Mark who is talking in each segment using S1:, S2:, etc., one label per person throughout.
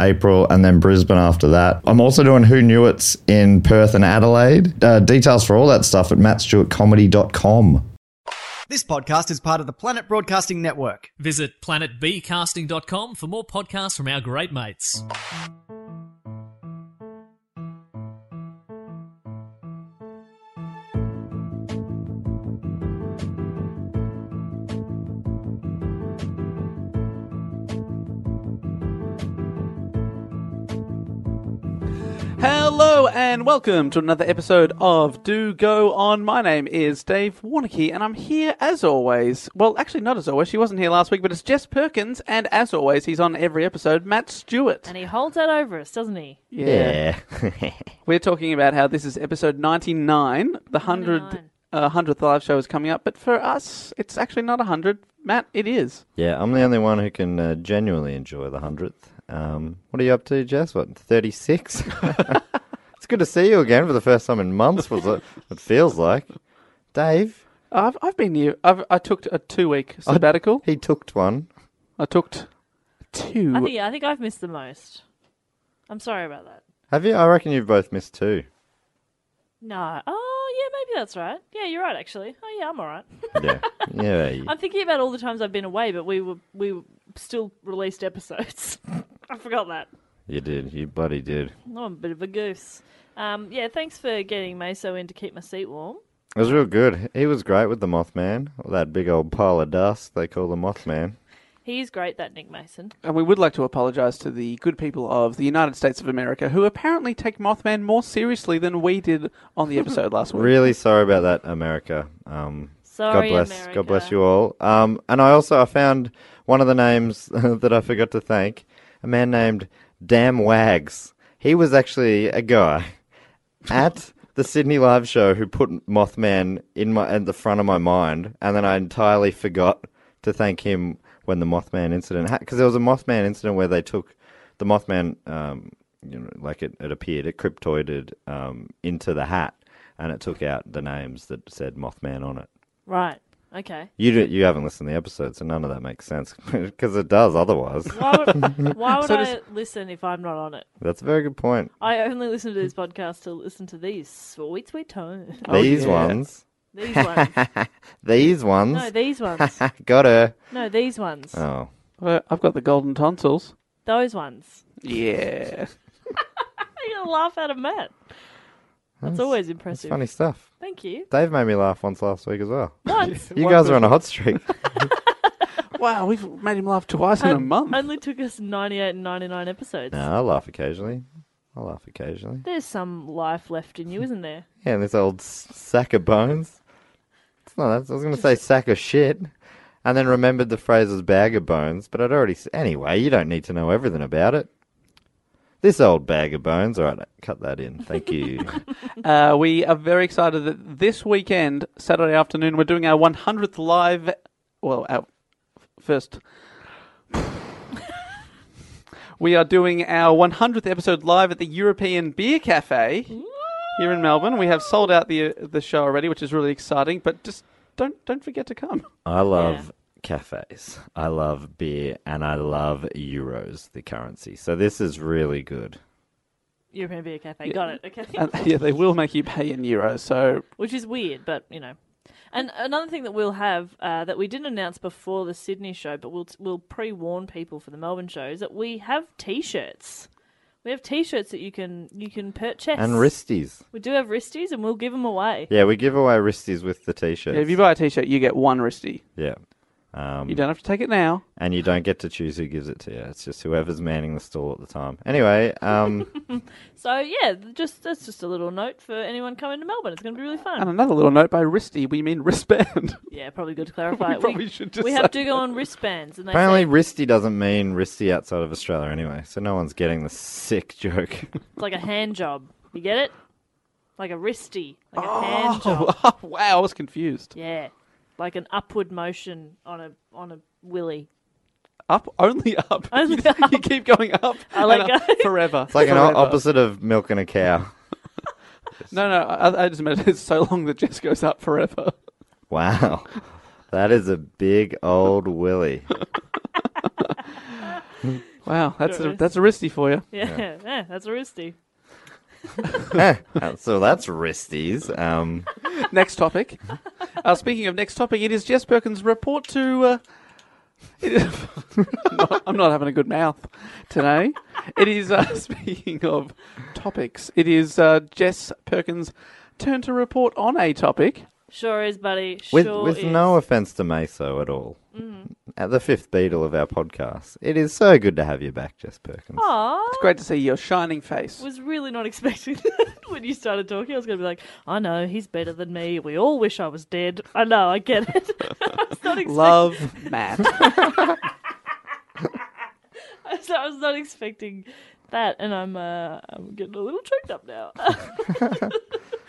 S1: April, and then Brisbane after that. I'm also doing Who Knew It's in Perth and Adelaide. Uh, details for all that stuff at mattstewartcomedy.com.
S2: This podcast is part of the Planet Broadcasting Network.
S3: Visit planetbcasting.com for more podcasts from our great mates.
S4: Hello and welcome to another episode of Do Go On. My name is Dave Warnicky and I'm here as always. Well, actually, not as always. She wasn't here last week, but it's Jess Perkins, and as always, he's on every episode, Matt Stewart.
S5: and he holds that over us, doesn't he?
S1: Yeah.
S4: We're talking about how this is episode 99. The 100th,
S5: 99.
S4: uh, 100th live show is coming up, but for us, it's actually not 100. Matt, it is.
S1: yeah, I'm the only one who can uh, genuinely enjoy the 100th. Um, what are you up to, Jess? What, 36? it's good to see you again for the first time in months, was it? It feels like. Dave,
S4: I've, I've been here. I've, I took a two week sabbatical.
S1: he took one.
S4: I took two.
S5: I think, I think I've missed the most. I'm sorry about that.
S1: Have you? I reckon you've both missed two.
S5: No. Oh, yeah, maybe that's right. Yeah, you're right, actually. Oh, yeah, I'm all right.
S1: Yeah. yeah. you-
S5: I'm thinking about all the times I've been away, but we were we still released episodes. I forgot that. Oh,
S1: You did. You bloody did.
S5: I'm a bit of a goose. Um, yeah, thanks for getting Meso in to keep my seat warm.
S1: It was real good. He was great with the Mothman. That big old pile of dust they call the Mothman.
S5: He's great, that Nick Mason.
S4: And we would like to apologise to the good people of the United States of America who apparently take Mothman more seriously than we did on the episode last week.
S1: Really sorry about that, America. Um,
S5: Sorry,
S1: God bless.
S5: America.
S1: God bless you all. Um, and I also I found one of the names that I forgot to thank. A man named Dam Wags. He was actually a guy at the Sydney live show who put Mothman in my at the front of my mind, and then I entirely forgot to thank him when the Mothman incident because there was a Mothman incident where they took the Mothman, um, you know, like it, it appeared, it cryptoided um, into the hat, and it took out the names that said Mothman on it.
S5: Right. Okay.
S1: You do, you haven't listened to the episode, so none of that makes sense because it does otherwise.
S5: Why would, why would
S4: So
S5: I
S4: does-
S5: listen if I'm not on it?
S1: That's a very good point.
S5: I only listen to this podcast to listen to these sweet, sweet tones.
S1: these
S4: yeah.
S1: ones,
S5: These ones.
S1: these ones,
S5: No, these ones.
S1: got her.
S5: No, these ones.
S1: Oh,
S4: Uh, I've got the golden tonsils.
S5: Those ones.
S4: Yeah.
S5: You're going to laugh out of Matt. That's always impressive.
S1: funny stuff.
S5: Thank you.
S1: Dave made me laugh once last week as well.
S5: Once.
S1: You guys are on a hot streak.
S4: Wow, we've made him laugh twice in a month.
S5: Only took us 98 and 99 episodes.
S1: no, I laugh occasionally. I laugh occasionally.
S5: There's some life left in you, isn't there?
S1: Yeah, and this old s- sack of bones. It's not. That's, I was going to say sack of shit, and then remembered the phrase as bag of bones. But I'd already. s- Anyway, you don't need to know everything about it. This old bag of bones. All right, cut that in. Thank you.
S4: Uh, we are very excited that this weekend, Saturday afternoon, we're doing our 100th live. Well, our first. we are doing our 100th episode live at the European Beer Cafe here in Melbourne. We have sold out the uh, the show already, which is really exciting. But just don't don't forget to come.
S1: I love cafes. I love beer, and I love euros, the currency. So this is really good.
S5: European Beer Cafe. Got it. Okay.
S4: And, yeah, they will make you pay in euros. So
S5: Which is weird, but you know. And another thing that we'll have uh, that we didn't announce before the Sydney show, but we'll we'll pre warn people for the Melbourne show is that we have T-shirts. We have T-shirts that you can you can purchase
S1: And wristies.
S5: We do have wristies, and we'll give them away.
S1: Yeah, we give away wristies with the t-shirts.
S4: if you buy a t-shirt, you get one wristy.
S1: Yeah. Um,
S4: You don't have to take it now.
S1: and you don't get to choose who gives it to you. It's just whoever's manning the stall at the time. Anyway, um,
S6: So yeah, th- just that's just a little note for anyone coming to Melbourne. It's going to be really
S4: And
S6: fun.
S4: another little note by Wristy, we mean wristband.
S6: Yeah, probably good to clarify. it.
S4: probably should just
S6: we
S4: say
S6: have to go on wristbands, and they
S1: apparently
S6: say
S1: wristy doesn't mean wristy outside of Australia anyway, so no one's getting the sick joke.
S6: it's like a hand job. You get it? Like a wristy, like a hand job.
S4: Oh, wow, I was confused.
S6: Yeah, like an upward motion on a on a willy.
S4: Up, only up.
S6: Only
S4: you, you
S6: up.
S4: keep going up, and
S6: like
S4: up
S6: going-
S4: forever.
S1: It's like an o-
S4: forever.
S1: opposite of milking a cow.
S4: No, no, I, I just meant it's so long that just goes up forever.
S1: Wow. That is a big old willy.
S4: Wow, that's a,
S6: Gross.
S4: that's a wristy for you.
S6: Yeah, yeah, that's a wristy.
S1: Uh, so that's wristies. Um,
S4: next topic. Uh, speaking of next topic, it is Jess Perkins' report to. Uh, it is- I'm not- I'm not having a good mouth today. It is uh, speaking of topics. It is uh, Jess Perkins' turn to report on a topic.
S6: Sure is, buddy. Sure
S1: with with
S6: is. Mm.
S1: no offense to Meso at all. At the fifth beetle of our podcast. It is so good to have you back, Jess Perkins.
S6: Aw,
S4: It's great to see your shining face.
S6: was really not expecting that when you started talking. I was going to be like, I know he's better than me. We all wish I was dead. I know. I get it. I was not expecting.
S4: Love, Matt.
S6: So I was not expecting that, and I'm uh, I'm getting a little choked up now.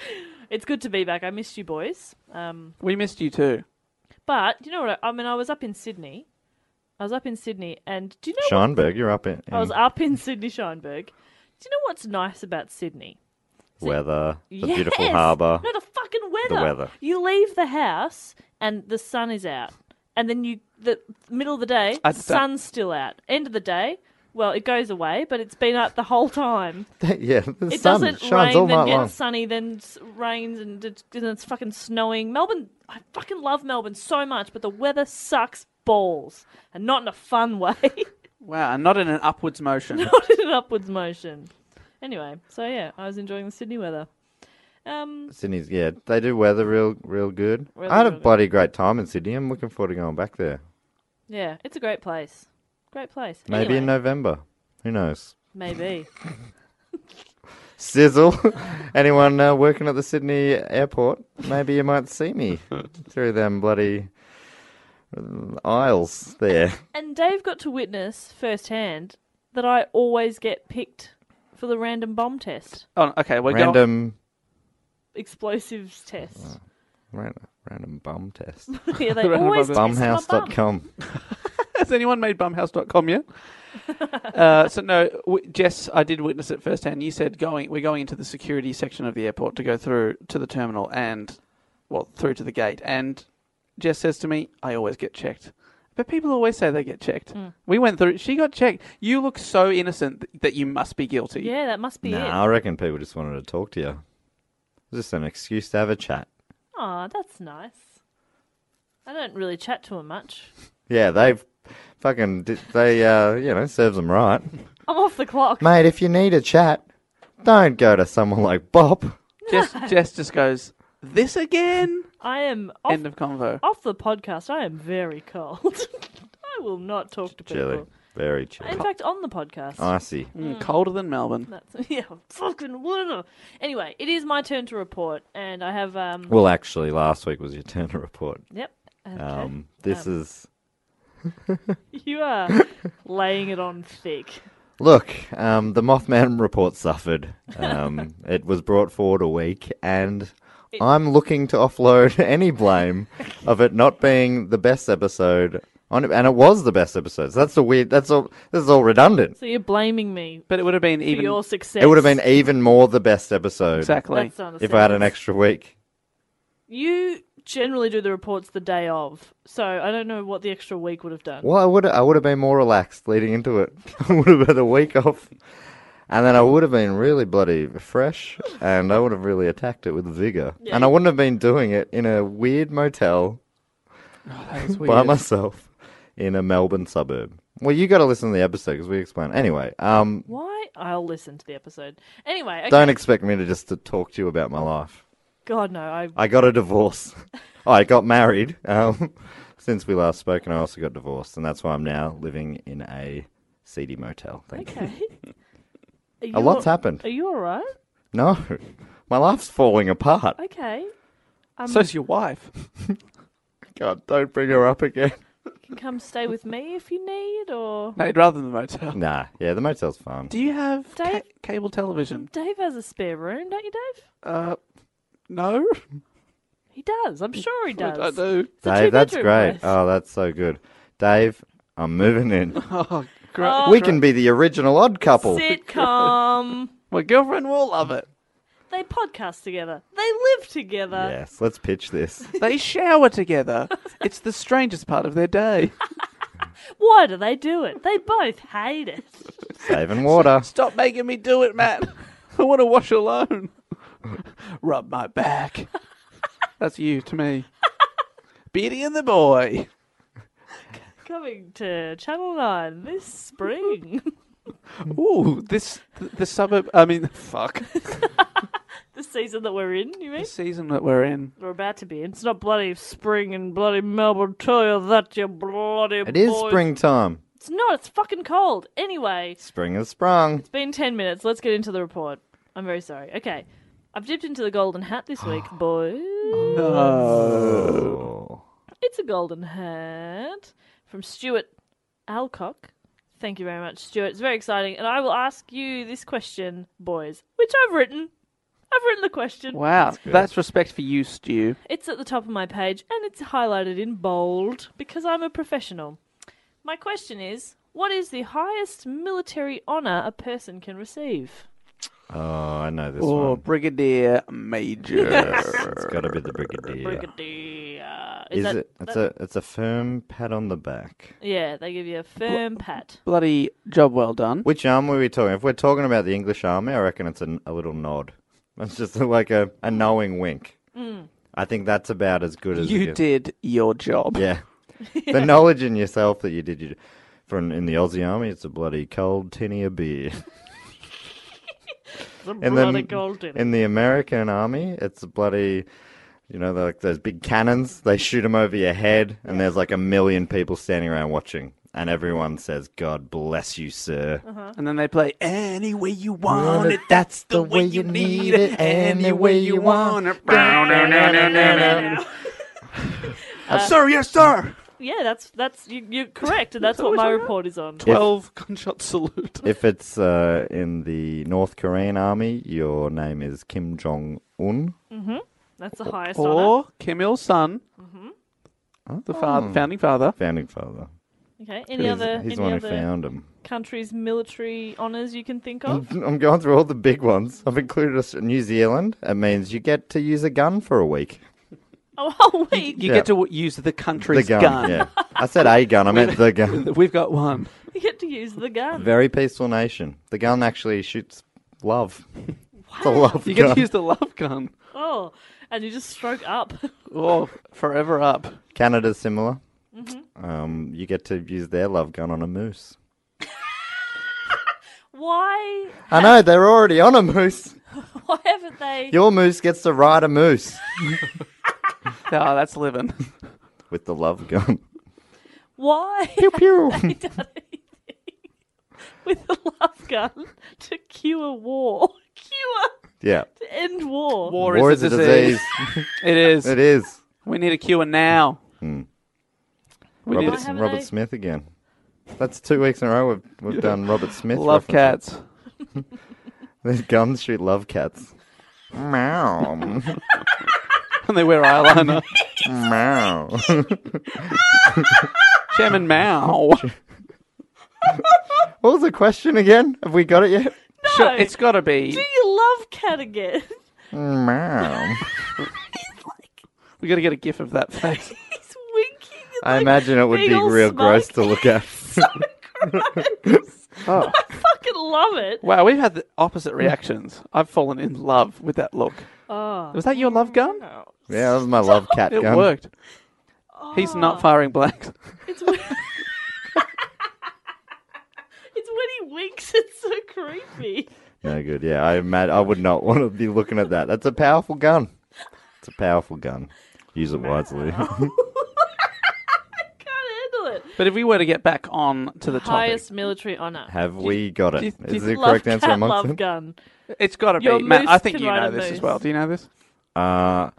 S6: it's good to be back. I missed you, boys. Um,
S4: we missed you too.
S6: but you know what? I, I mean, I was up in Sydney. I was up in Sydney, and do you know? what-
S1: Schonberg, you're up in,
S6: I was
S1: in
S6: up in Sydney, Scheinberg. Do you know what's nice about Sydney?
S1: weather, the beautiful
S6: Yes!
S1: harbour.
S6: No, the fucking weather.
S1: The weather.
S6: You leave the house and the sun is out, and then you the middle of the day,
S4: I
S6: the
S4: don't-
S6: sun's still out. End of the day, well, it goes away, but it's been out the whole time.
S1: yeah, the
S6: It
S1: sun
S6: doesn't
S1: shines all
S6: rain, then
S1: night
S6: gets
S1: long.
S6: sunny, then s- rains, and it's, and it's fucking snowing. Melbourne, I fucking love Melbourne so much, but the weather sucks balls, and not in a fun way,
S4: Wow, and not in an upwards motion.
S6: not in an upwards motion. Anyway, so yeah, I was enjoying the Sydney weather. Um,
S1: Sydney's yeah, they do weather real real good.
S6: Really
S1: I had a
S6: real good.
S1: bloody great time in Sydney. I'm looking forward to going back there.
S6: yeah, it's a great place. Great place.
S1: Maybe
S6: Anyway,
S1: in November. Who knows?
S6: Maybe.
S1: Sizzle. Anyone uh, working at the Sydney airport? Maybe you might see me through them bloody uh, aisles there.
S6: And Dave got to witness firsthand that I always get picked for the random bomb test,
S4: Oh, okay, we're going.
S1: Random,
S6: explosives test.
S1: random, random bum test.
S6: yeah, they
S4: Random
S6: always
S4: bomb
S6: test my bum.
S1: Bumhouse.com.
S4: Has anyone made bumhouse.com yet? uh, so no, w- Jess, I did witness it firsthand. You said going, we're going into the security section of the airport to go through to the terminal and, well, through to the gate. And Jess says to me, "I always get checked." But people always say they get checked.
S6: Mm.
S4: We went through. She got checked. You look so innocent th- that you must be guilty.
S6: Yeah, that must be it.
S1: Nah, I reckon people just wanted to talk to you. Just an excuse to have a chat.
S6: Aw, that's nice. I don't really chat to him much.
S1: Yeah, they fucking did, they uh, you know serves them right,
S6: I'm off the clock.
S1: mate. If you need a chat, don't go to someone like Bob.
S4: Jess, Jess just goes, "This again."
S6: I am off,
S4: End of convo.
S6: off the podcast. I am very cold. I will not talk to people.
S1: Chilly, very chilly,
S6: In fact, on the podcast.
S1: icy.
S4: Mm, colder than Melbourne.
S6: That's yeah, fucking weather. Anyway, it is my turn to report, and I have um.
S1: Well, actually, last week was your turn to report.
S6: Yep. Okay.
S1: Um, this is
S6: you are laying it on thick.
S1: look. Um, the Mothman report suffered. Um, it was brought forward a week, and I'm looking to offload any blame of it not being the best episode. On it, and it was the best episode. So that's the weird. That's all. This is all redundant.
S6: So you're blaming me
S4: But it would have been
S6: for
S4: even
S6: your success.
S1: It would have been even more the best episode
S4: exactly.
S6: That's not a
S1: if I had an
S6: sentence.
S1: extra week.
S6: You generally do the reports the day of, so I don't know what the extra week would have done.
S1: Well, I would I would have been more relaxed leading into it. I would have had a week off, and then I would have been really bloody fresh, and I would have really attacked it with vigor, and I wouldn't have been doing it in a weird motel
S4: Oh, That was
S1: by
S4: weird.
S1: myself in a Melbourne suburb. Well, you got to listen to the episode because we explain. Anyway, um,
S6: Why? I'll listen to the episode. Anyway, okay.
S1: don't expect me to just to talk to you about my life.
S6: God no, I
S1: I got a divorce. I got married. Um, since we last spoke, and I also got divorced, and that's why I'm now living in a seedy motel. Thank you.
S6: Okay. Are you
S1: A lot's
S6: al-
S1: happened.
S6: Are you all right?
S1: No, my life's falling apart.
S6: Okay.
S4: So's your wife.
S1: God, don't bring her up again.
S6: You can come stay with me if you need, or
S4: No, rather than the motel.
S1: Nah, yeah, the motel's fine.
S4: Do you have ca-
S6: Dave?
S4: cable television?
S6: Dave has a spare room, don't you, Dave?
S4: Uh, no.
S6: He does. I'm sure he does.
S4: I do.
S6: It's a
S1: Dave, that's
S6: two-bedroom
S1: great.
S6: place.
S1: Oh, that's so good. Dave, I'm moving in.
S4: Oh, great.
S6: Oh.
S1: we can be the original odd couple.
S6: Sitcom.
S4: My girlfriend will love it.
S6: they podcast together. They live together.
S1: Yes, let's pitch this.
S4: They shower together. It's the strangest part of their day.
S6: Why do they do it? They both hate it.
S1: Saving water.
S4: Stop making me do it, Matt. I want to wash alone. Rub my back. That's you to me. Beauty and the boy.
S6: Coming to Channel 9 this spring.
S4: Ooh, this the suburb. I mean, fuck.
S6: the season that we're in, you mean?
S4: The season that we're in.
S6: We're about to be in. It's not bloody spring in bloody Melbourne, tell you that, you bloody
S1: It is
S6: boys.
S1: springtime.
S6: It's not. It's fucking cold. Anyway,
S1: Spring has sprung.
S6: It's been 10 minutes. Let's get into the report. I'm very sorry. Okay. I've dipped into the golden hat this week, boys.
S1: Oh.
S6: It's a golden hat from Stuart Alcock. Thank you very much, Stuart. It's very exciting. And I will ask you this question, boys, which I've written. I've written the question.
S4: Wow, that's, respect for you, Stu.
S6: It's at the top of my page and it's highlighted in bold because I'm a professional. My question is what is the highest military honour a person can receive?
S1: Oh, I know this
S4: Or
S1: one.
S4: Brigadier Major.
S1: Yes, it's got to be the brigadier.
S6: Brigadier.
S1: Is
S6: that-
S1: it? It's
S6: that-
S1: a it's a firm pat on the back.
S6: Yeah, they give you a firm pat.
S4: Bloody job well done.
S1: Which arm were we talking? If we're talking about the English army, I reckon it's an, a little nod. It's just like a, a knowing wink. I think that's about as good as it
S4: You
S1: gets.
S4: did your job.
S1: Yeah. The knowledge in yourself that you did you from in the Aussie army, it's a bloody cold tinny of beer. in
S6: bloody cold tinny.
S1: in the American army, it's a bloody you know, like those big cannons, they shoot them over your head and there's like a million people standing around watching and everyone says God bless you, sir.
S4: And then they play any way you want it. That's Uh-huh. the way you need it. Any way you want it. Uh, sir, yes, sir.
S6: Yeah, that's that's you, you're correct, and that's what my report is on.
S4: Twelve gunshot salute.
S1: If it's uh, in the North Korean army, your name is Kim Jong Un.
S6: That's the highest honor.
S4: Or Kim Il Sung, the father, founding father.
S1: Founding father.
S6: Okay, any
S1: He's-
S6: other
S1: he's the
S6: any
S1: one who
S6: other
S1: found him.
S6: countries' military honors you can think of?
S1: I'm going through all the big ones. I've included us New Zealand. It means you get to use a gun for a week.
S6: oh, oh, wait,
S4: You
S1: Yeah.
S4: get to w- use the
S1: The
S4: country's
S1: gun.
S4: gun.
S1: Yeah. I said a gun. I meant the gun.
S4: We've got one.
S6: you get to use the gun.
S1: Very peaceful nation. The gun actually shoots love. It's a love
S4: You get
S1: gun.
S4: to use the love gun.
S6: Oh, and you just stroke up.
S4: Oh, forever up.
S1: Canada's similar. Um, you get to use their love gun on a moose.
S6: Why?
S1: I know they're already on a moose.
S6: Why haven't they?
S1: Your moose gets to ride a moose
S4: Oh, that's living.
S1: with the love gun.
S6: Why?
S1: Pew pew.
S6: haven't they done anything with the love gun to cure war? Cure
S1: Yeah.
S6: to end war.
S4: War,
S1: War
S4: is a disease. It is.
S1: it is.
S4: We need a cure now. We
S1: Hmm. Robert,
S4: need
S6: haven't
S1: Robert
S6: they?
S1: Smith again. That's two weeks in a row we've, we've done Robert Smith.
S4: love
S1: references.
S4: cats.
S1: These guns shoot love cats. Meow.
S4: And they wear eyeliner.
S1: Meow.
S4: Chairman Mao.
S1: what was the question again? Have we got it yet?
S4: Sure, it's got to be.
S6: Do you love cat again?
S1: Meow.
S4: We got to get a gif of that face.
S6: He's winking. And
S1: I
S6: like,
S1: imagine it would
S6: being
S1: be
S6: all
S1: real
S6: smug.
S1: gross to look at.
S6: so gross.
S4: Oh.
S6: I fucking love it.
S4: Wow, we've had the opposite reactions. I've fallen in love with that look.
S6: Oh.
S4: Was that your love gun?
S1: Yeah, that was my love cat
S4: It
S1: gun.
S4: worked. He's
S6: Oh.
S4: not firing blanks.
S6: It's when... it's when he winks. It's so creepy.
S1: No good. Yeah, I mad. I would not want to be looking at that. That's a powerful gun. It's a powerful gun. Use it wisely.
S4: But if we were to get back on to the topic,
S6: Highest military honour.
S1: Have we got
S4: do you-
S1: it?
S4: do you
S1: Is the
S6: love
S1: correct answer
S6: cat,
S1: amongst
S6: love
S1: them?
S6: gun.
S4: it's got to be.
S6: Your
S4: Matt,
S6: moose
S4: I think
S6: can
S4: you
S6: ride
S4: know
S6: a
S4: this as
S6: moose.
S4: well. Do you know this?
S1: Uh,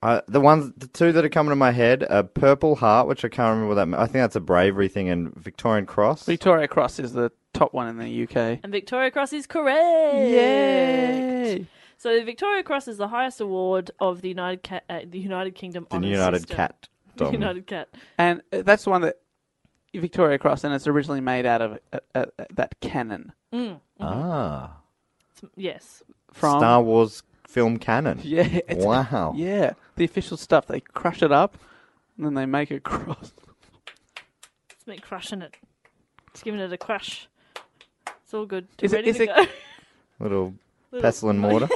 S1: uh, the ones, the two that are coming to my head are Purple Heart, which I can't remember what that. meant. I think that's a bravery thing, and Victorian Cross.
S4: Victoria Cross is the top one in the UK.
S6: And Victoria Cross is correct.
S4: Yay!
S6: So the Victoria Cross is the highest award of the United Ca- uh, the United Kingdom
S1: the
S6: honours
S1: United
S6: system.
S1: Cat.
S6: The United Cat.
S4: And uh, that's the one that Victoria Cross, and it's originally made out of uh, uh, uh, that cannon
S1: Ah,
S6: Yes.
S4: from
S1: Star Wars film canon.
S4: Yeah, it's-
S1: Wow.
S4: Yeah, the official stuff. They crush it up, and then they make a cross.
S6: It's me crushing it. It's giving it a crush. It's all good.
S4: Is it-
S6: ready
S4: is
S6: to
S4: it-
S6: go.
S1: Little, pestle and mortar.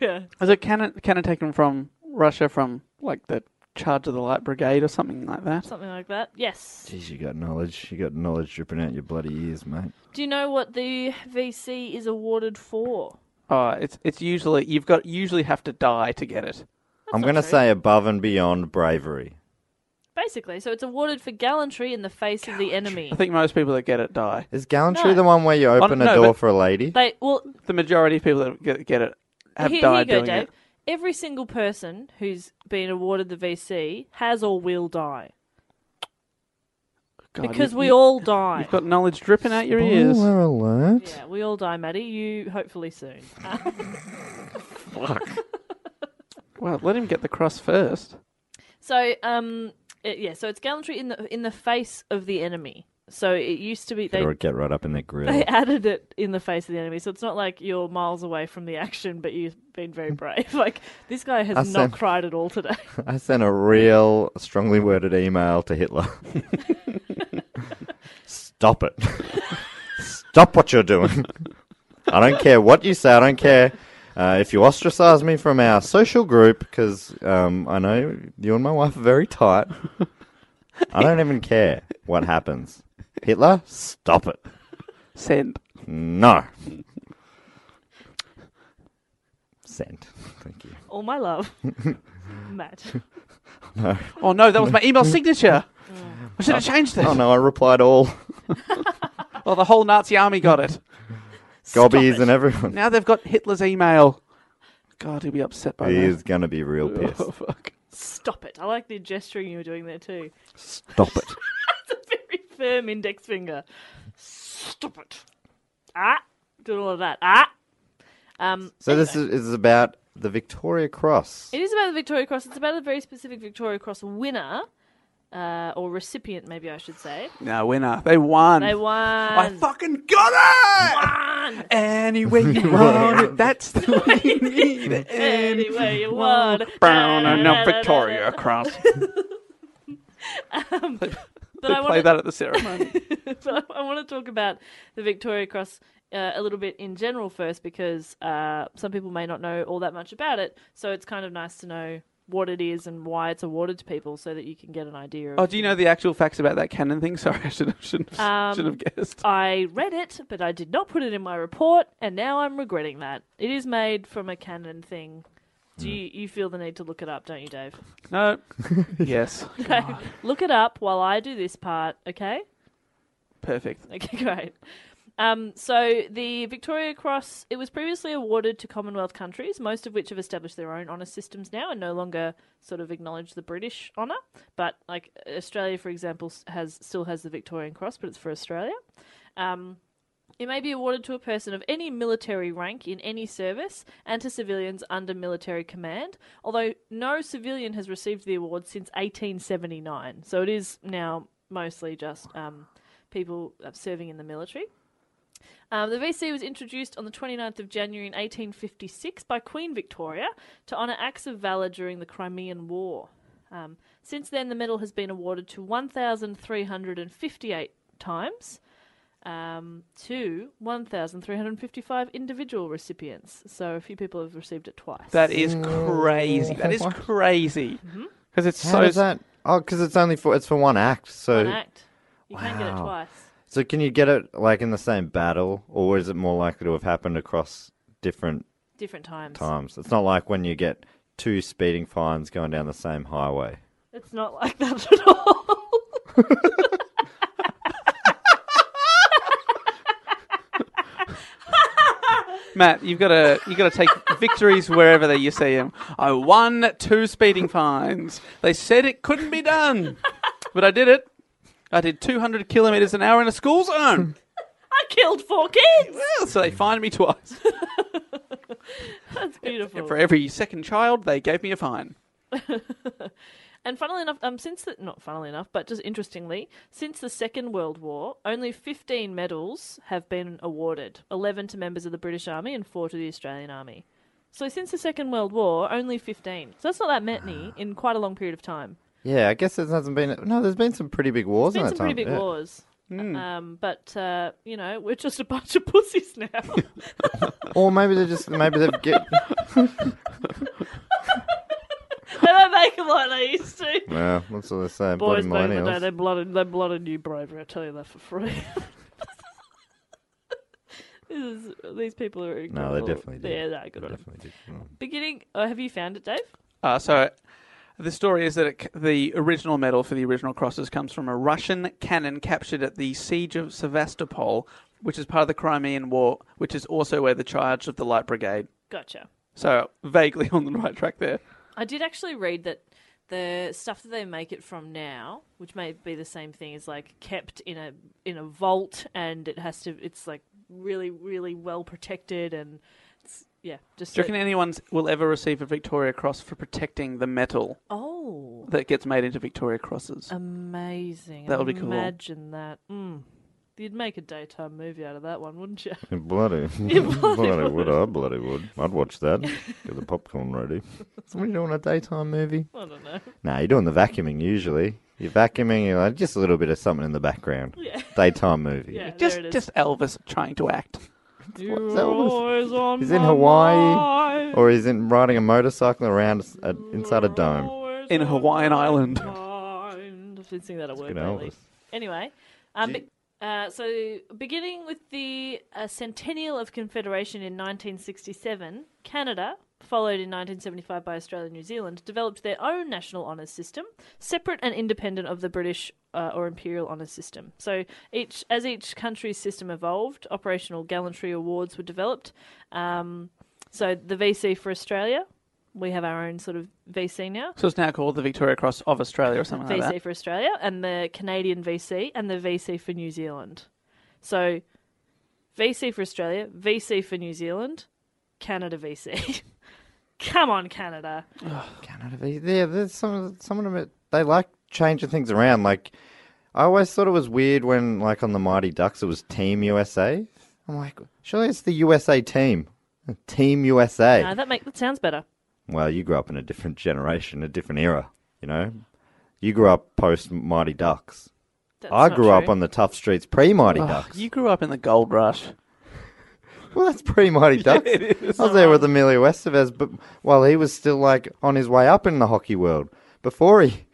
S6: yeah.
S4: Is it cannon cannon taken from Russia from like the Charge of the Light Brigade or something like that?
S6: Something like that. Yes.
S1: Jeez, you got knowledge. You got knowledge dripping out your bloody ears, mate.
S6: Do you know what the VC is awarded for?
S4: Oh, it's it's usually you've got usually have to die to get it.
S1: I'm going to
S6: true.
S1: say above and beyond bravery.
S6: Basically, so it's awarded for gallantry in the face of the enemy.
S4: I think most people that get it die.
S1: Is gallantry
S6: No.
S1: the one where you open
S4: no,
S1: a door
S4: but-
S1: for a lady?
S6: They well,
S4: The majority of people that get, get it have
S6: here,
S4: died
S6: here you go,
S4: doing
S6: Dave.
S4: it.
S6: Every single person who's been awarded the VC has or will die
S4: God,
S6: because
S4: you-
S6: we
S4: you-
S6: all die.
S4: You've got knowledge dripping out your ears.
S1: Spoiler alert.
S6: Yeah, we all die, Maddie. You hopefully soon.
S4: Well, let him get the cross first.
S6: So, um, it, yeah, so it's gallantry in the in the face of the enemy. So it used to be they
S1: Or get right up in their grill.
S6: they added it in the face of the enemy. So it's not like you're miles away from the action, but you've been very brave. Like this guy has
S1: That's
S6: not
S1: it.
S6: cried at all today.
S1: I sent a real strongly worded email to Hitler. Stop it. Stop what you're doing. I don't care what you say. I don't care uh, if you ostracize me from our social group because um, I know you and my wife are very tight. I don't even care what happens. Hitler, stop it.
S4: Send.
S1: No. Send. Thank you.
S6: all my love, Matt.
S4: Oh no, that was my email signature.
S6: Mm.
S4: I should have changed that.
S1: Oh no, I replied all.
S4: Well, the whole Nazi army got it.
S1: Gobbies and everyone.
S4: Now they've got Hitler's email. God, he'll be upset by
S1: He
S4: that.
S1: is going to be real pissed.
S4: Oh, fuck.
S6: Stop it! I like the gesturing you were doing there too.
S1: Stop it.
S6: Very firm index finger. Stop it! Ah, doing all of that. Ah. Um,
S1: So this is, is about the Victoria Cross.
S6: It is about the Victoria Cross. It's about a very specific Victoria Cross winner, uh, or recipient, maybe I should say.
S4: No, winner. They won.
S6: They won.
S4: I fucking got it! Anyway, you want it. That's the way you need it.
S6: anyway, you won.
S4: Brown and a Victoria Cross.
S6: But
S4: They play
S6: I want.
S4: that at the ceremony.
S6: So I want to talk about the Victoria Cross. Uh, a little bit in general first because uh, some people may not know all that much about it so it's kind of nice to know what it is and why it's awarded to people so that you can get an idea of
S4: Oh, do you know the actual facts about that cannon thing? Sorry, I should have, should have,
S6: Um,
S4: should have guessed.
S6: I read it, but I did not put it in my report, and now I'm regretting that. It is made from a canon thing.
S4: Hmm.
S6: Do you, you feel the need to look it up, don't you, Dave?
S4: No. yes.
S6: look it up while I do this part, okay?
S4: Perfect.
S6: Okay, great. Um, so the Victoria Cross, it was previously awarded to Commonwealth countries, most of which have established their own honour systems now and no longer sort of acknowledge the British honour. But like Australia, for example, s- has still has the Victorian Cross, but it's for Australia. Um, it may be awarded to a person of any military rank in any service and to civilians under military command, although no civilian has received the award since 1879. So it is now mostly just um, people uh, serving in the military. Um, the VC was introduced on the 29th of January in 1856 by Queen Victoria to honour acts of valour during the Crimean War. Um, since then, the medal has been awarded to 1,358 times um, to 1,355 individual recipients. So a few people have received it twice.
S4: That is crazy. That is
S1: What?
S4: crazy. Because it's
S1: How
S4: so.
S1: does that? Oh, because it's only for it's for one act. So
S6: an act. You can get it
S1: Wow.
S6: twice.
S1: so can you get it like in the same battle, or is it more likely to have happened across different
S6: Different times.
S1: times? It's not like when you get two speeding fines going down the same highway.
S6: It's not like that at all.
S4: Matt, you've got to you got to take victories wherever that you see them. I won two speeding fines. They said it couldn't be done, but I did it. I did 200 kilometres an hour in a school zone.
S6: I killed four kids.
S1: Hmm.
S4: Well, so they fined me twice.
S6: That's beautiful.
S4: For every second child, they gave me a fine.
S6: And funnily enough, um, since the, not funnily enough, but just interestingly, since the Second World War, only 15 medals have been awarded 11 to members of the British Army and 4 to the Australian Army. So since the Second World War, only 15. So that's not that many
S1: Ah.
S6: in quite a long period of time.
S1: Yeah, I guess there hasn't been. No, there's been some pretty big wars
S6: There's
S1: in
S6: been
S1: that
S6: some pretty
S1: time,
S6: big
S1: yeah.
S6: wars. Um, but, uh, you know, we're just a bunch of pussies now.
S1: Or maybe they just maybe they've get.
S6: they don't make them like they used to.
S1: well, that's all they're saying.
S6: Boys
S1: bloody
S6: back in the day,
S1: millennials.
S6: they blotted, they blotted you bravery. I tell you that for free. this is, these people are
S1: No,
S6: incredible.
S1: they definitely did.
S6: Yeah, no, good
S1: They
S6: on 'em.
S1: definitely did. Mm.
S6: Beginning. Uh, have you found it, Dave?
S4: Uh, so the story is that it, c- the original medal for the original crosses comes from a Russian cannon captured at the siege of Sevastopol, which is part of the Crimean War, which is also where the charge of the Light Brigade.
S6: Gotcha.
S4: So vaguely on the right track there.
S6: I did actually read that the stuff that they make it from now, which may be the same thing, is like kept in a in a vault, and it has to. It's like really, really well protected, and it's, yeah, just.
S4: Do you
S6: a-
S4: reckon anyone will ever receive a Victoria Cross for protecting the metal
S6: oh,
S4: that gets made into Victoria Crosses?
S6: amazing!
S4: That would be cool.
S6: Imagine that. Mm. You'd make a daytime movie out of that one, wouldn't you?
S1: Bloody,
S6: bloody
S1: bloody, would. I bloody would. I'd watch that. Get the popcorn ready. Somebody doing a daytime movie?
S6: I don't know.
S1: Nah, you're doing the vacuuming usually. You're vacuuming. You're like just a little bit of something in the background.
S6: Yeah.
S1: Daytime movie.
S6: Yeah,
S4: just,
S6: there it is.
S4: just Elvis trying to act.
S6: You're
S1: that one?
S6: always on
S1: He's in
S6: my
S1: Hawaii,
S6: mind.
S1: Or he's in riding a motorcycle around s- a, inside a dome.
S6: Always
S4: In
S6: on
S4: Hawaiian
S6: my
S4: Island.
S6: mind. I've been singing that at work
S1: good,
S6: lately.
S1: Elvis.
S6: Anyway, um, be- uh, so beginning with the uh, centennial of Confederation in 1967, Canada, followed in 1975 by Australia and New Zealand, developed their own national honours system, separate and independent of the British uh, or Imperial honours system. So each, as each country's system evolved, operational gallantry awards were developed. Um, so the VC for Australia, we have our own sort of VC now.
S4: So it's now called the Victoria Cross of Australia or something like
S6: VC
S4: that.
S6: for Australia and the Canadian VC and the VC for New Zealand. So VC for Australia, VC for New Zealand, Canada VC. Come on, Canada.
S1: Canada. V- Yeah, there's some some of them. it- They like changing things around. Like I always thought it was weird when, like, on the Mighty Ducks, it was Team USA. I'm like, surely it's the USA team. Team USA.
S6: No, that make that sounds better.
S1: Well, you grew up in a different generation, a different era. You know, you grew up post Mighty Ducks.
S6: That's
S1: I
S6: not
S1: grew up
S6: true.
S1: on the tough streets pre Mighty
S4: Oh,
S1: Ducks.
S4: you grew up in the gold rush.
S1: Well, that's pre Mighty Ducks. I was there with Emilio Estevez, but while he was still like on his way up in the hockey world, before he,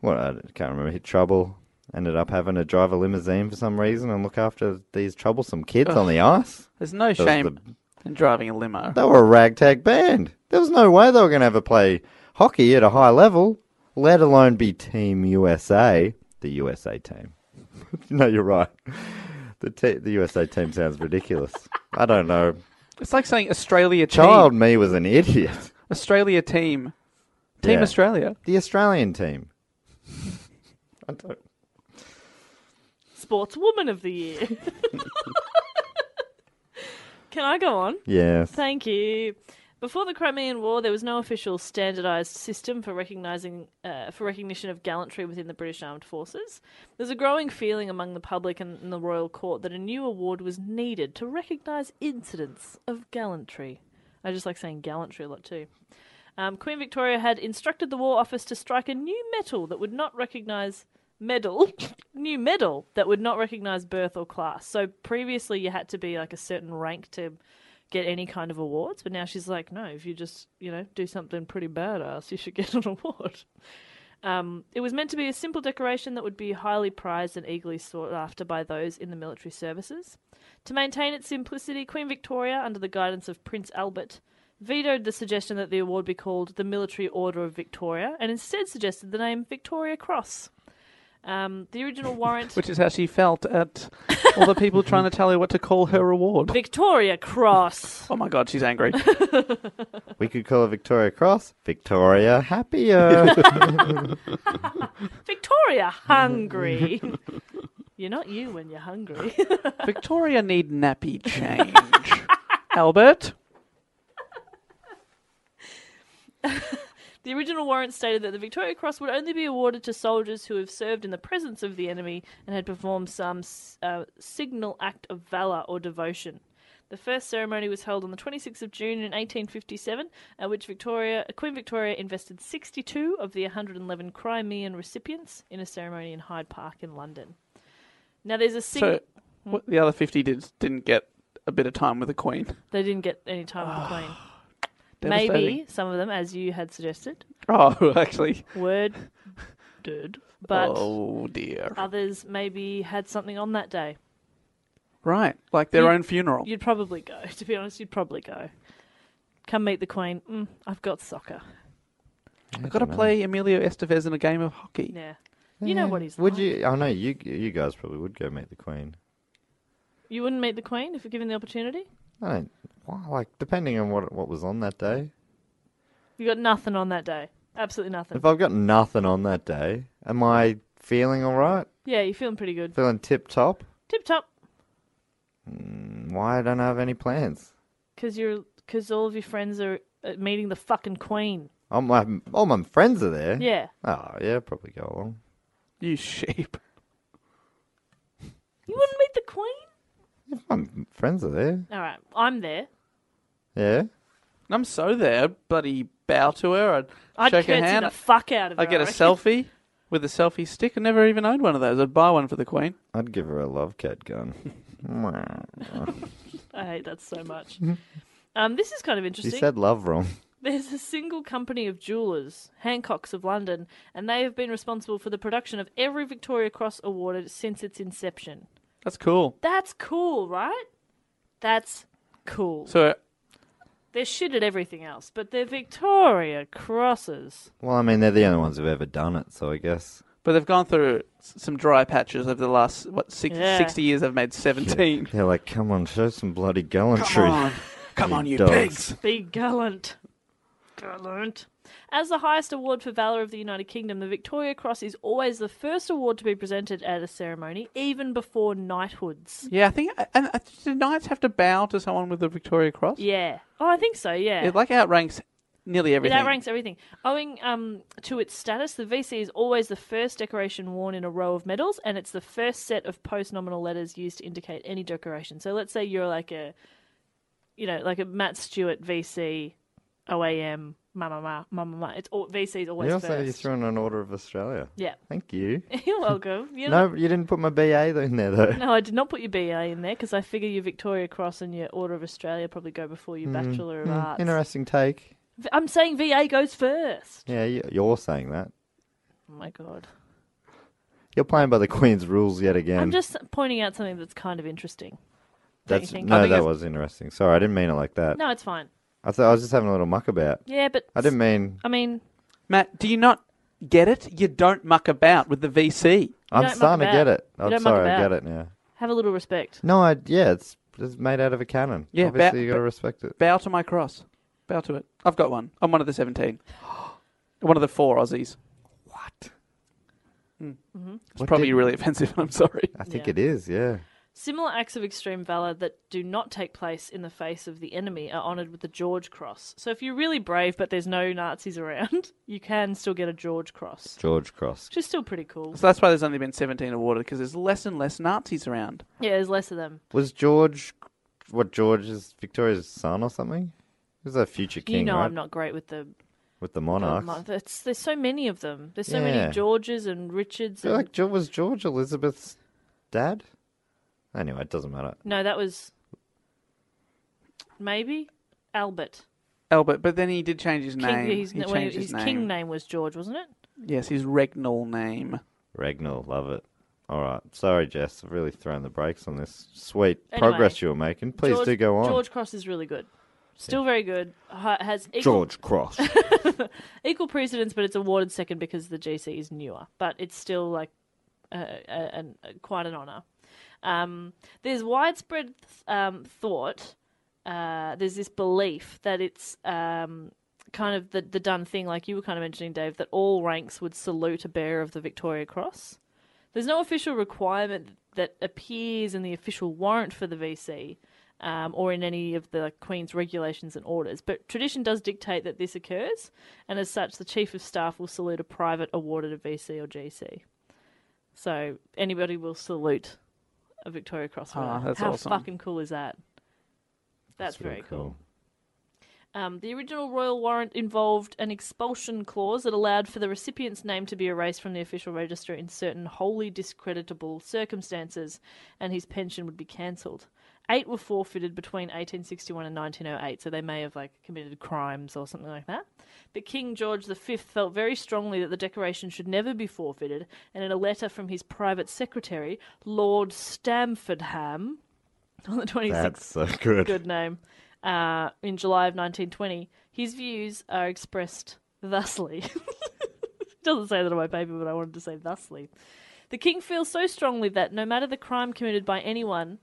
S1: well, I can't remember, hit trouble, ended up having to drive a limousine for some reason and look after these troublesome kids on the ice.
S4: There's no
S1: was
S4: shame in driving a limo.
S1: They were a ragtag band. There was no way they were going to ever play hockey at a high level, let alone be Team USA, the USA team. no, you're right. The te- the USA team sounds ridiculous. I don't know.
S4: It's like saying Australia team.
S1: Child me was an idiot.
S4: Australia team. Team
S1: Yeah.
S4: Australia.
S1: The Australian team. I don't.
S6: Sportswoman of the Year. Can I go on?
S1: Yes.
S6: Thank you. Before the Crimean War, there was no official standardized system for recognizing uh, for recognition of gallantry within the British Armed Forces. There's a growing feeling among the public and in the royal court that a new award was needed to recognize incidents of gallantry. I just like saying gallantry a lot too. Um, Queen Victoria had instructed the War Office to strike a new medal that would not recognise medal, new medal that would not recognise birth or class. So previously you had to be like a certain rank to get any kind of awards, but now she's like, no, if you just you know do something pretty badass, you should get an award. Um, it was meant to be a simple decoration that would be highly prized and eagerly sought after by those in the military services. To maintain its simplicity, Queen Victoria, under the guidance of Prince Albert, vetoed the suggestion that the award be called the Military Order of Victoria and instead suggested the name Victoria Cross. Um, the original warrant.
S4: Which is how she felt at all the people trying to tell her what to call her reward.
S6: Victoria Cross.
S4: Oh my god, she's angry.
S1: We could call her Victoria Cross, Victoria Happier.
S6: Victoria Hungry. you're not you when you're hungry.
S4: Victoria need nappy change. Albert?
S6: the original warrant stated that the Victoria Cross would only be awarded to soldiers who have served in the presence of the enemy and had performed some s- uh, signal act of valour or devotion. The first ceremony was held on the 26th of June in 1857, at which Victoria, Queen Victoria invested 62 of the 111 Crimean recipients in a ceremony in Hyde Park in London. Now, there's a single.
S4: So, what, the other 50 did, didn't get a bit of time with the Queen.
S6: They didn't get any time with the Queen.
S4: Ah, Devastating.
S6: Maybe some of them, as you had suggested,
S4: Oh, actually.
S6: were did, but
S4: oh, dear.
S6: others maybe had something on that day.
S4: Right, like their
S6: You-
S4: own funeral.
S6: You'd probably go. To be honest, you'd probably go. Come meet the Queen. Mm, I've got soccer.
S4: I've got to play Emilio Estevez in a game of hockey.
S6: Yeah. You know what he's
S1: would
S6: like.
S1: you? I know you. You guys probably would go meet the Queen.
S6: You wouldn't meet the Queen if you're given the opportunity?
S1: I don't. Well, like depending on what what was on that day.
S6: You got nothing on that day. Absolutely nothing.
S1: If I've got nothing on that day, am I feeling all right?
S6: Yeah, you're feeling pretty good.
S1: Feeling tip top?
S6: Tip top,
S1: Why don't I have any plans?
S6: because you're because all of your friends are uh, meeting the fucking Queen.
S1: All my all my friends are there.
S4: Mm.
S6: Yeah.
S1: Oh yeah, probably go along.
S4: You sheep.
S6: You wouldn't meet the Queen?
S1: If my friends are there.
S6: All right, I'm there.
S1: Yeah.
S4: I'm so there. I'd bloody bow to her. I'd,
S6: I'd
S4: shake her
S6: curtsy
S4: hand.
S6: the fuck out of her.
S4: I'd get a
S6: reckon.
S4: selfie with a selfie stick. I never even owned one of those. I'd buy one for the Queen.
S1: I'd give her a love cat gun. Mwah.
S6: I hate that so much. um, this is kind of
S1: she
S6: interesting.
S1: said love wrong.
S6: There's a single company of jewellers, Hancock's of London, and they have been responsible for the production of every Victoria Cross awarded since its inception.
S4: That's cool.
S6: That's cool, right? That's cool.
S4: So
S6: they're shit at everything else, but they're Victoria Crosses.
S1: Well, I mean, they're the only ones who've ever done it, so I guess.
S4: But they've gone through s- some dry patches over the last what six,
S6: Yeah.
S4: 60 years. They've made seventeen.
S1: They're like, come on, show some bloody gallantry.
S4: Come on, come on, you
S1: dogs.
S4: pigs!
S6: Be gallant. Gallant. As the highest award for valour of the United Kingdom, the Victoria Cross is always the first award to be presented at a ceremony, even before knighthoods.
S4: Yeah, I think and uh, do knights have to bow to someone with the Victoria Cross?
S6: Yeah. Oh, I think so, yeah.
S4: it like outranks nearly everything.
S6: It outranks everything. Owing um, to its status, the VC is always the first decoration worn in a row of medals, and it's the first set of post-nominal letters used to indicate any decoration. So let's say you're like a, you know, like a Matt Stewart VC, OAM, ma ma ma ma ma ma. It's all, VC's always
S1: You also you
S6: first.
S1: threw in an order of Australia.
S6: Yeah,
S1: Thank you.
S6: you're welcome. You're not-
S1: No, you didn't put my BA in there though.
S6: No, I did not put your BA in there because I figure your Victoria Cross and your Order of Australia probably go before your Bachelor of Arts.
S1: Hmm. Interesting take.
S6: V- I'm saying VA goes first.
S1: Yeah, you- you're saying that.
S6: Oh my god.
S1: You're playing by the Queen's rules yet again.
S6: I'm just pointing out something that's kind of interesting. don't you
S1: That's
S6: think?
S4: I
S1: no,
S4: think
S1: that
S4: it's-
S1: was interesting. Sorry, I didn't mean it like that.
S6: No, it's fine.
S1: I thought I was just having a little muck about.
S6: Yeah, but
S1: I didn't mean.
S6: I mean,
S4: Matt, do you not get it? You don't muck about with the VC.
S6: don't
S1: I'm
S6: muck
S1: starting to
S6: about.
S1: get it.
S6: You
S1: I'm
S6: don't muck
S1: sorry, I
S6: about.
S1: get it now.
S6: have a little respect.
S1: No, I yeah, it's it's made out of a cannon.
S4: Yeah,
S1: obviously
S4: ba-
S1: you got to
S4: ba-
S1: respect it.
S4: Bow to my cross. Bow to it. I've got one. I'm one of the seventeen. One of the four Aussies. It's
S1: What
S4: probably
S1: did-
S4: really offensive. I'm sorry.
S1: I think
S6: Yeah.
S1: it is. Yeah.
S6: Similar acts of extreme valor that do not take place in the face of the enemy are honored with the George Cross. So if you're really brave, but there's no Nazis around, you can still get a George Cross,
S1: George Cross.
S6: which is still pretty cool.
S4: So that's why there's only been 17 awarded because there's less and less Nazis around.
S6: Yeah, there's less of them.
S1: Was George what George is Victoria's son or something? He was a future king,
S6: you know,
S1: right?
S6: I'm not great with the.
S1: With the monarchs.
S6: Mon- It's, there's so many of them. There's so
S1: Yeah.
S6: many Georges and Richards.
S1: I feel
S6: And...
S1: like Ge- was George Elizabeth's dad? Anyway, it doesn't matter.
S6: No, that was maybe Albert.
S4: Albert, but then he did change his name.
S6: King, his,
S4: he
S6: when
S4: changed his,
S6: his
S4: name.
S6: king name was George, wasn't it?
S4: Yes, his regnal name.
S1: Regnall, love it. All right, sorry, Jess. I've really thrown the brakes on this sweet
S6: Anyway,
S1: progress you were making. Please
S6: George,
S1: do go on.
S6: George Cross is really good. Still very good. Ha- Has equal,
S1: George Cross.
S6: equal precedence, but it's awarded second because the GC is newer. But it's still like uh, uh, and uh, quite an honour. Um, there's widespread um, thought. Uh, there's this belief that it's um, kind of the the done thing, like you were kind of mentioning, Dave, that all ranks would salute a bearer of the Victoria Cross. There's no official requirement that appears in the official warrant for the VC um, or in any of the Queen's regulations and orders, but tradition does dictate that this occurs, and as such, the Chief of Staff will salute a private awarded a VC or GC. So anybody will salute a Victoria Cross winner.
S4: Ah, that's
S6: How
S4: awesome.
S6: fucking cool is that? That's,
S1: really
S6: very cool. Um, the original royal warrant involved an expulsion clause that allowed for the recipient's name to be erased from the official register in certain wholly discreditable circumstances, and his pension would be cancelled. Eight were forfeited between 1861 and 1908, so they may have like committed crimes or something like that. But King George V felt very strongly that the decoration should never be forfeited, and in a letter from his private secretary, Lord Stamfordham, on the 26th
S1: That's so good.
S6: good name. Uh, in July of 1920, his views are expressed thusly. It doesn't say that on my paper, but I wanted to say thusly. The king feels so strongly that no matter the crime committed by anyone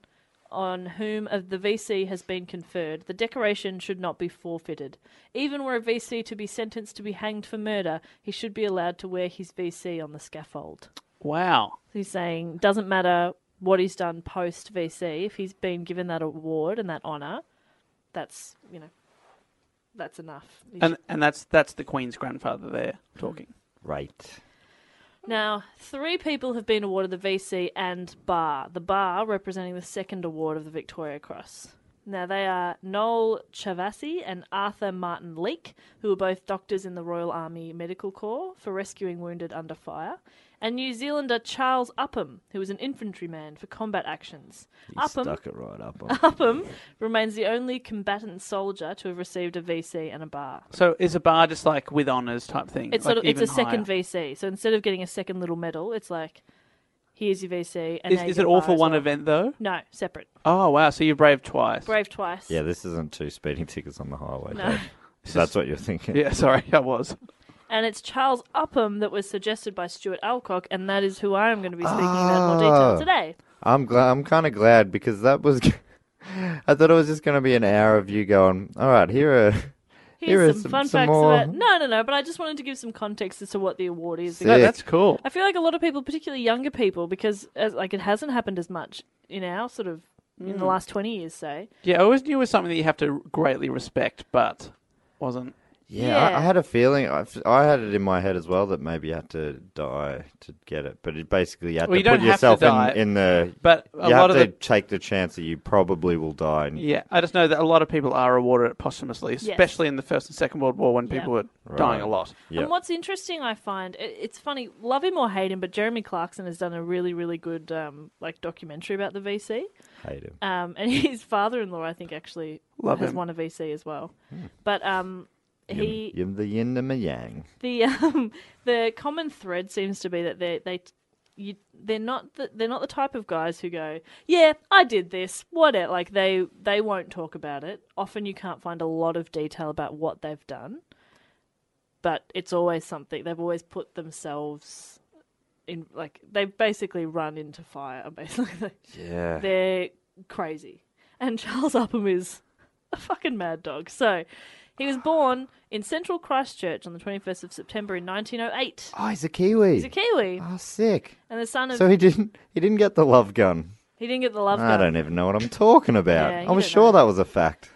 S6: on whom a- the VC has been conferred, the decoration should not be forfeited. Even were a VC to be sentenced to be hanged for murder, he should be allowed to wear his VC on the scaffold.
S4: Wow.
S6: He's saying doesn't matter what he's done post VC if he's been given that award and that honor. That's you know, that's enough. He
S4: And and that's that's the Queen's grandfather there talking.
S1: Right.
S6: Now, three people have been awarded the VC and bar, the bar representing the second award of the Victoria Cross. Now, they are Noel Chavassi and Arthur Martin Leake, who were both doctors in the Royal Army Medical Corps for rescuing wounded under fire, and New Zealander Charles Upham, who was an infantryman for combat actions.
S1: You stuck it right up. on-
S6: Upham remains the only combatant soldier to have received a VC and a bar.
S4: So is a bar just like with honors type thing?
S6: It's
S4: like
S6: sort of it's a
S4: even
S6: second
S4: higher?
S6: VC. So instead of getting a second little medal, it's like here's your VC. And now you
S4: Is, is
S6: get
S4: it
S6: a
S4: all
S6: bar
S4: for
S6: as
S4: one
S6: well.
S4: event though?
S6: No, separate.
S4: Oh wow! So you're brave twice.
S6: Brave twice.
S1: yeah, this isn't two speeding tickets on the highway.
S6: No.
S1: Dave.
S4: This
S1: That's
S4: is-
S1: what you're thinking.
S4: Yeah, sorry, I was.
S6: And it's Charles Upham that was suggested by Stuart Alcock, and that is who I am going to be speaking about in more detail
S1: Ah.
S6: today.
S1: I'm glad. I'm kind of glad because that was. I thought it was just going to be an hour of you going. All right, here are
S6: Here's
S1: Here is
S6: some
S1: some-
S6: fun
S1: some
S6: facts
S1: more-
S6: about. No, no, no. But I just wanted to give some context as to what the award is.
S4: No,
S1: Sick.
S4: that's cool.
S6: I feel like a lot of people, particularly younger people, because as, like it hasn't happened as much in our sort of in
S4: Mm.
S6: the last twenty years, say.
S4: Yeah, I always knew it was something that you have to greatly respect, but wasn't.
S1: Yeah,
S6: Yeah.
S1: I, I had a feeling. I, f- I had it in my head as well that maybe you had to die to get it, but it basically you had
S4: Well, you
S1: to
S4: don't
S1: put
S4: have to
S1: yourself
S4: die,
S1: in, in the.
S4: But a
S1: you
S4: lot
S1: have
S4: of
S1: to
S4: the
S1: take the chance that you probably will die. And,
S4: yeah, I just know that a lot of people are awarded it posthumously, especially in the First and Second World War when
S6: Yeah.
S4: people were dying a lot.
S1: yeah.
S6: And what's interesting, I find it, it's funny. Love him or hate him, but Jeremy Clarkson has done a really, really good um, like documentary about the VC.
S1: Hate him.
S6: Um, and his father-in-law, I think, actually
S4: Love
S6: has
S4: him.
S6: won a VC as well. But um, he,
S1: You're the yin and the yang.
S6: the um, the common thread seems to be that they they you, they're not the, they're not the type of guys who go yeah I did this what it like they they won't talk about it often you can't find a lot of detail about what they've done but it's always something they've always put themselves in like they've basically run into fire basically
S1: Yeah.
S6: they're crazy. And Charles Upham is a fucking mad dog. So he was born in central Christchurch on the 21st of September in 1908.
S1: Oh, he's a Kiwi.
S6: He's a Kiwi
S1: Oh, sick.
S6: and the son of.
S1: So he didn't. He didn't get the love gun.
S6: he didn't get the love
S1: I
S6: gun.
S1: don't even know what I'm talking about.
S6: Yeah, you
S1: I was
S6: don't
S1: sure
S6: know.
S1: that was a fact.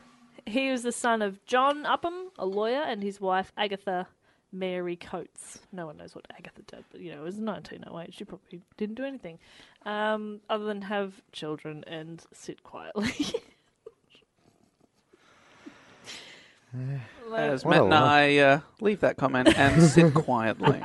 S6: He was the son of John Upham, a lawyer, and his wife Agatha Mary Coates. No one knows what Agatha did, but you know, it was 1908. She probably didn't do anything um, other than have children and sit quietly. Like-
S4: As
S1: What a
S4: Uh, Matt and
S1: lot.
S4: I uh, leave that comment and sit quietly.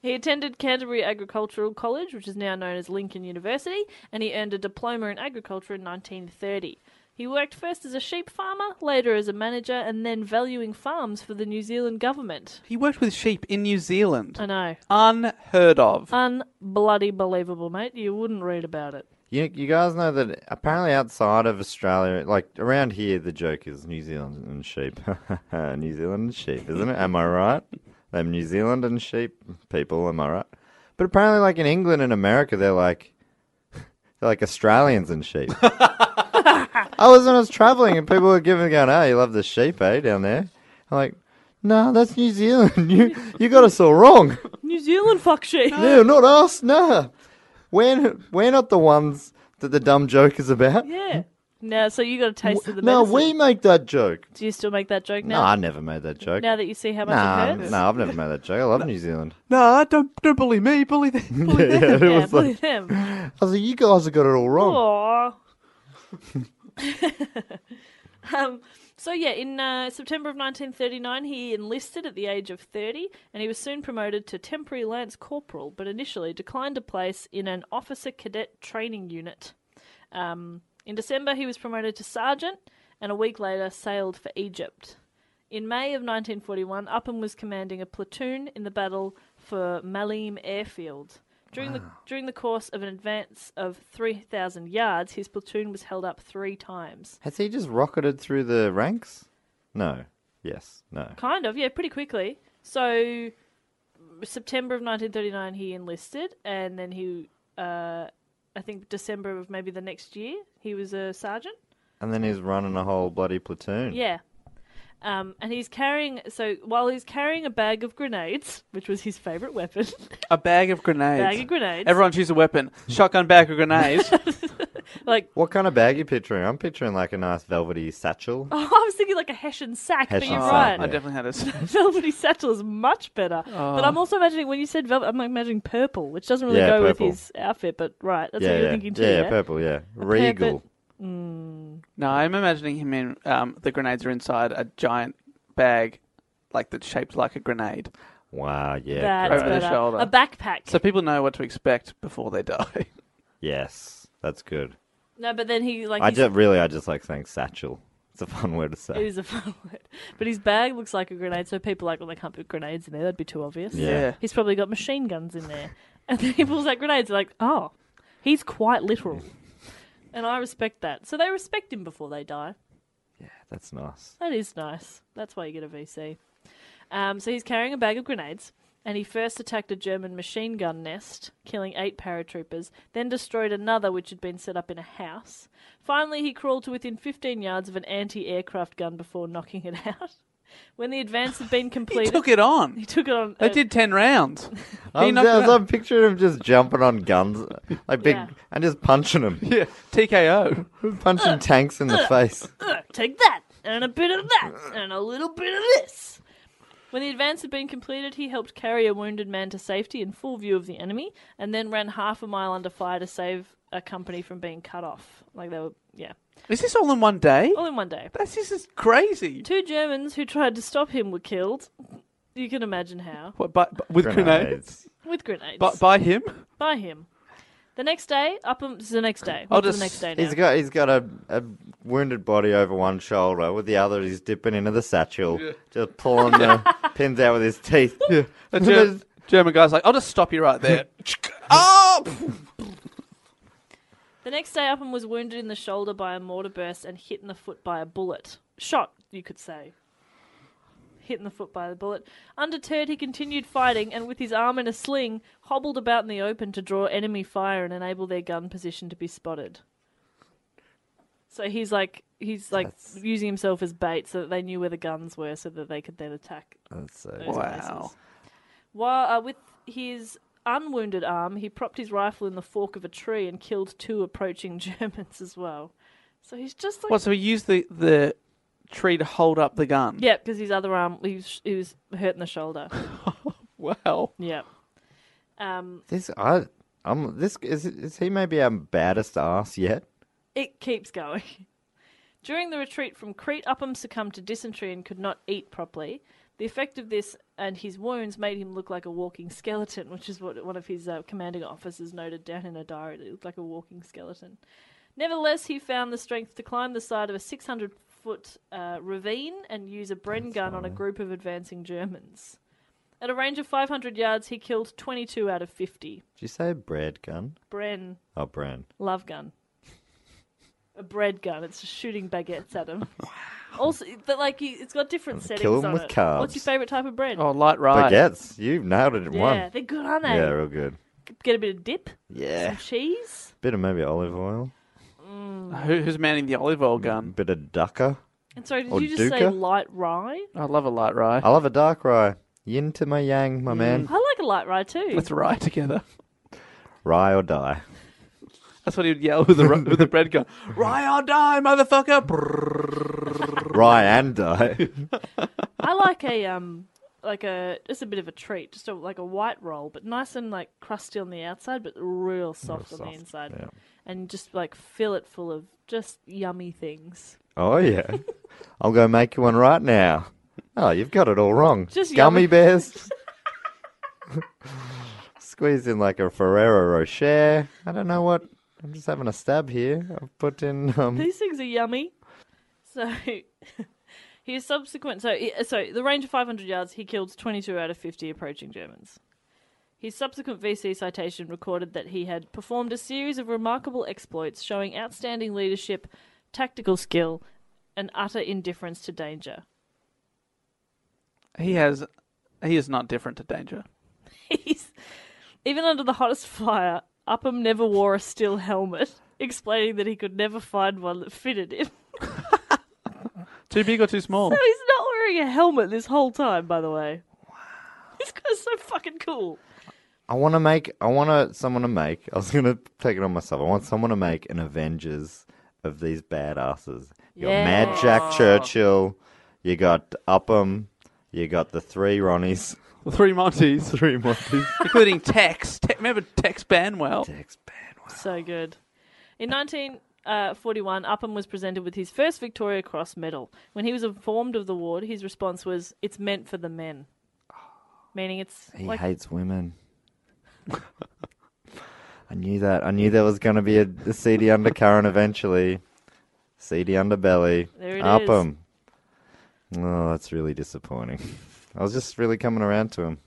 S6: He attended Canterbury Agricultural College, which is now known as Lincoln University, and he earned a diploma in agriculture in 1930. He worked first as a sheep farmer, later as a manager, and then valuing farms for the New Zealand government.
S4: He worked with sheep in New Zealand.
S6: I know.
S4: Unheard
S6: Uh,
S4: of.
S6: Unbloody believable, mate. You wouldn't read about it.
S1: You, you guys know that apparently outside of Australia, like around here, the joke is New Zealand and sheep. New Zealand and sheep, isn't it? Am I right? Them New Zealand and sheep people, am I right? But apparently, like in England and America, they're like they're like Australians and sheep. I was when I was traveling and people were giving going, "Oh, you love the sheep, eh?" Down there, I'm like, "No, that's New Zealand. You you got us all wrong.
S6: New Zealand fuck sheep.
S1: No, not us. No, we're we're not the ones that the dumb joke is about.
S6: Yeah. Now, so you got a taste of the
S1: no,
S6: medicine.
S1: we make that joke.
S6: Do you still make that joke
S1: No, I
S6: now?
S1: never made that joke.
S6: now that you see how much
S1: Nah,
S6: it hurts?
S1: no, I've never made that joke. I love New Zealand.
S4: Nah, don't don't bully me. Bully them. Bully them.
S1: Yeah, it
S6: Yeah,
S1: was
S6: look
S1: like,
S6: at them.
S1: I was like, you guys have got it all wrong.
S6: Aw. um, so yeah, in uh, September of 1939, he enlisted at the age of 30, and he was soon promoted to temporary lance corporal, but initially declined a place in an officer cadet training unit. Um, in December, he was promoted to sergeant, and a week later sailed for Egypt. In May of 1941, Upham was commanding a platoon in the battle for Malim Airfield. During the during the course of an advance of 3,000 yards, his platoon was held up three times.
S1: Has he just rocketed through the ranks? No. Yes. No.
S6: Kind of, yeah, pretty quickly. So, September of 1939, he enlisted, and then he, uh, I think December of maybe the next year, he was a sergeant.
S1: And then he's running a whole bloody platoon.
S6: Yeah. Um, and he's carrying, so while he's carrying a bag of grenades, which was his favourite weapon,
S4: A bag of grenades.
S6: bag of grenades.
S4: Everyone choose a weapon. Shotgun bag of grenades.
S6: Like,
S1: What kind of bag are you picturing? I'm picturing like a nice velvety satchel.
S6: oh, I was thinking like a Hessian sack, but
S1: Hessian
S6: you're
S1: sack,
S6: right.
S4: Uh, I definitely had a.
S6: Velvety satchel is much better. But I'm also imagining when you said velvet, I'm imagining purple, which doesn't really
S1: Oh. Yeah,
S6: go
S1: purple.
S6: with his outfit. But right, that's
S1: yeah,
S6: what you're
S1: yeah.
S6: thinking too.
S1: yeah,
S6: Yeah,
S1: purple, yeah. Regal.
S4: No, I'm imagining him in. Um, the grenades are inside a giant bag, like that's shaped like a grenade,
S1: Wow, yeah.
S6: that's
S4: Over
S1: great.
S4: the
S6: better.
S4: shoulder.
S6: A backpack.
S4: so people know what to expect before they die.
S1: Yes. That's good.
S6: no, but then he like
S1: I
S6: he's-
S1: just really I just like saying satchel. It's a fun word to
S6: it
S1: say.
S6: is a fun word. But his bag looks like a grenade, so people are like, well, they can't put grenades in there. That'd be too obvious.
S1: Yeah.
S6: He's probably got machine guns in there, and then he pulls out grenades. They're like, oh, he's quite literal, and I respect that. So they respect him before they die.
S1: That's nice.
S6: That is nice. That's why you get a VC. Um, so he's carrying a bag of grenades, and he first attacked a German machine gun nest, killing eight paratroopers, then destroyed another which had been set up in a house. Finally, he crawled to within 15 yards of an anti aircraft gun before knocking it out. When the advance had been
S4: He
S6: completed,
S4: took it on.
S6: he took it on.
S4: They
S6: uh,
S4: did ten rounds. He
S1: I'm,
S4: knocked it
S1: just,
S4: out.
S1: I'm picturing him just jumping on guns, like big,
S6: Yeah.
S1: and just punching them,
S4: Yeah, TKO.
S1: punching tanks in the face.
S6: "Ugh, Uh, take that, and a bit of that, and a little bit of this. When the advance had been completed, he helped carry a wounded man to safety in full view of the enemy, and then ran half a mile under fire to save a company from being cut off. Like they were, yeah,
S4: Is this all in one day?
S6: all in one day.
S4: That's this is crazy.
S6: Two Germans who tried to stop him were killed. You can imagine how
S4: What, but, but with grenades,
S1: Grenades.
S6: with grenades
S4: but by him.
S6: by him. The next day, up this is the next day.
S4: I'll
S6: What's
S4: just-
S6: the next day now?
S1: He's got he's got a, a wounded body over one shoulder, with the other he's dipping into the satchel, just pulling the pins out with his teeth.
S4: A German, German guy's like, I'll just stop you right there. oh,
S6: The next day, Upham was wounded in the shoulder by a mortar burst and hit in the foot by a bullet. Shot, you could say. Hit in the foot by the bullet. Undeterred, he continued fighting and, with his arm in a sling, hobbled about in the open to draw enemy fire and enable their gun position to be spotted. So he's like he's like using himself as bait so that they knew where the guns were, so that they could then attack
S1: That's so-
S6: those
S4: wow.
S6: places. While uh, with his unwounded arm, he propped his rifle in the fork of a tree and killed two approaching Germans as well. So he's just like,
S4: What? So he used the the tree to hold up the gun.
S6: yeah, because his other arm, he was, he was hurt in the shoulder.
S4: Wow.
S6: yeah. Um,
S1: This I I'm this is is he maybe our baddest ass yet?
S6: it keeps going. During the retreat from Crete, Upham succumbed to dysentery and could not eat properly. The effect of this and his wounds made him look like a walking skeleton, which is what one of his uh, commanding officers noted down in a diary. that He looked like a walking skeleton. Nevertheless, he found the strength to climb the side of a 600 foot uh, ravine and use a Bren gun on a group of advancing Germans. At a range of 500 yards, he killed 22 out of 50.
S1: Did you say bread gun?
S6: Bren
S1: Oh, Bran.
S6: Love gun. A bread gun. It's just shooting baguettes at him. Also, but like you- it's got different settings
S1: kill 'em
S6: on
S1: with
S6: it.
S1: carbs.
S6: What's your favorite type of bread?
S4: Oh, light ride.
S1: Baguettes. You nailed it in
S6: yeah,
S1: one.
S6: they're good, aren't they?
S1: Yeah, real good.
S6: get a bit of dip,
S1: Yeah.
S6: cheese.
S1: Bit of maybe olive oil.
S4: Who, who's manning the olive oil gun?
S1: Bit of ducker.
S6: And sorry, did
S1: Or
S6: you just say
S1: dukkha?
S6: light rye?
S4: I love a light rye.
S1: I love a dark rye. Yin to my yang, my man.
S6: I like a light rye too.
S4: Let's rye together.
S1: Rye or die.
S4: That's what he'd yell with the ru- with the bread gun. Rye or die, motherfucker!
S1: Rye and die.
S6: I like a um like a just a bit of a treat, just a, like a white roll, but nice and like crusty on the outside, but real soft on
S1: soft,
S6: the inside,
S1: yeah.
S6: and just like fill it full of just yummy things.
S1: oh, yeah. I'll go make you one right now. Oh, you've got it all wrong.
S6: Just
S1: Gummy
S6: yummy.
S1: bears. Squeeze in like a Ferrero Rocher. I don't know what. I'm just having a stab here. I've put in. Um,
S6: These things are yummy. So he is subsequent. So he- so the range of 500 yards, he killed 22 out of 50 approaching Germans. His subsequent VC citation recorded that he had performed a series of remarkable exploits showing outstanding leadership, tactical skill, and utter indifference to danger.
S4: He has. He is not different to danger.
S6: He's, even under the hottest fire, Upham never wore a steel helmet, explaining that he could never find one that fitted him.
S4: Too big or too small?
S6: No, he's not wearing a helmet this whole time, by the way. Wow. This guy's so fucking cool.
S1: I want to make. I want to someone to make. I was gonna take it on myself. I want someone to make an Avengers of these badasses. You got Mad Jack Churchill. You got Upham. You got the three Ronnies.
S4: Three Monties,
S1: Three Monties.
S4: including Tex. Te- remember Tex Banwell?
S6: So good. In 1941, Upham was presented with his first Victoria Cross medal. When he was informed of the award, his response was, It's meant for the men. Meaning it's
S1: Oh. He
S6: like
S1: hates women. I knew that. I knew there was going to be a, a seedy undercurrent eventually. Seedy underbelly.
S6: There it is.
S1: Upham. Oh, that's really disappointing. I was just really coming around to him.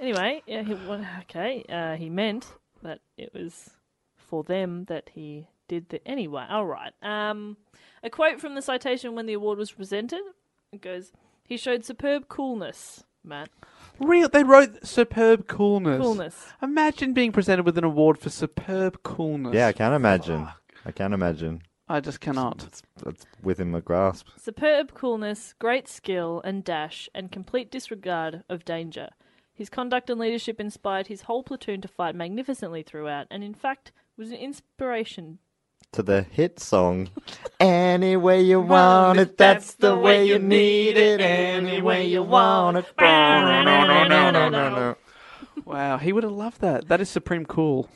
S6: Anyway, yeah, he, well, okay, uh, he meant that it was for them that he did the. Anyway, all right. Um, a quote from the citation when the award was presented it goes, "He showed superb coolness, Matt.
S4: Real. They wrote superb coolness.
S6: Coolness.
S4: Imagine being presented with an award for superb coolness.
S1: Yeah, I can imagine. I can imagine.
S4: I just cannot.
S1: That's within my grasp.
S6: Superb coolness, great skill and dash, and complete disregard of danger. His conduct and leadership inspired his whole platoon to fight magnificently throughout, and in fact was an inspiration.
S1: To the hit song. Any way you want it, that's the way you need it. Any way you want it.
S4: Wow, he would have loved that. That is supreme cool.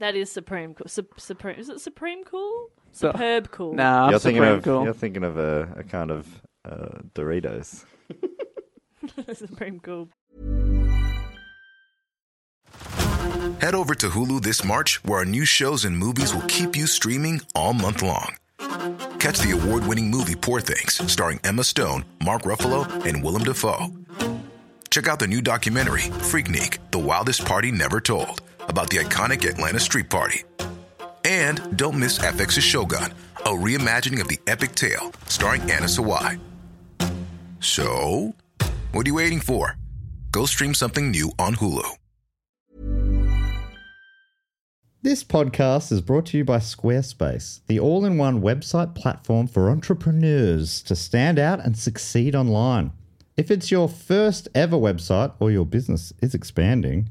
S6: That is supreme cool. Sup- supreme is it supreme cool?
S4: So-
S6: Superb cool.
S4: Nah,
S1: You're thinking
S4: supreme
S1: of
S4: cool.
S1: you're thinking of a, a kind of uh, Doritos.
S6: Supreme cool.
S7: Head over to Hulu this March, where our new shows and movies will keep you streaming all month long. Catch the award winning movie Poor Things, starring Emma Stone, Mark Ruffalo, and Willem Dafoe. Check out the new documentary, Freaknik The Wildest Party Never Told, about the iconic Atlanta Street Party. And don't miss FX's Shogun, a reimagining of the epic tale, starring Anna Sawai. So, what are you waiting for? Go stream something new on Hulu.
S8: This podcast is brought to you by Squarespace, the all in one website platform for entrepreneurs to stand out and succeed online. If it's your first ever website or your business is expanding,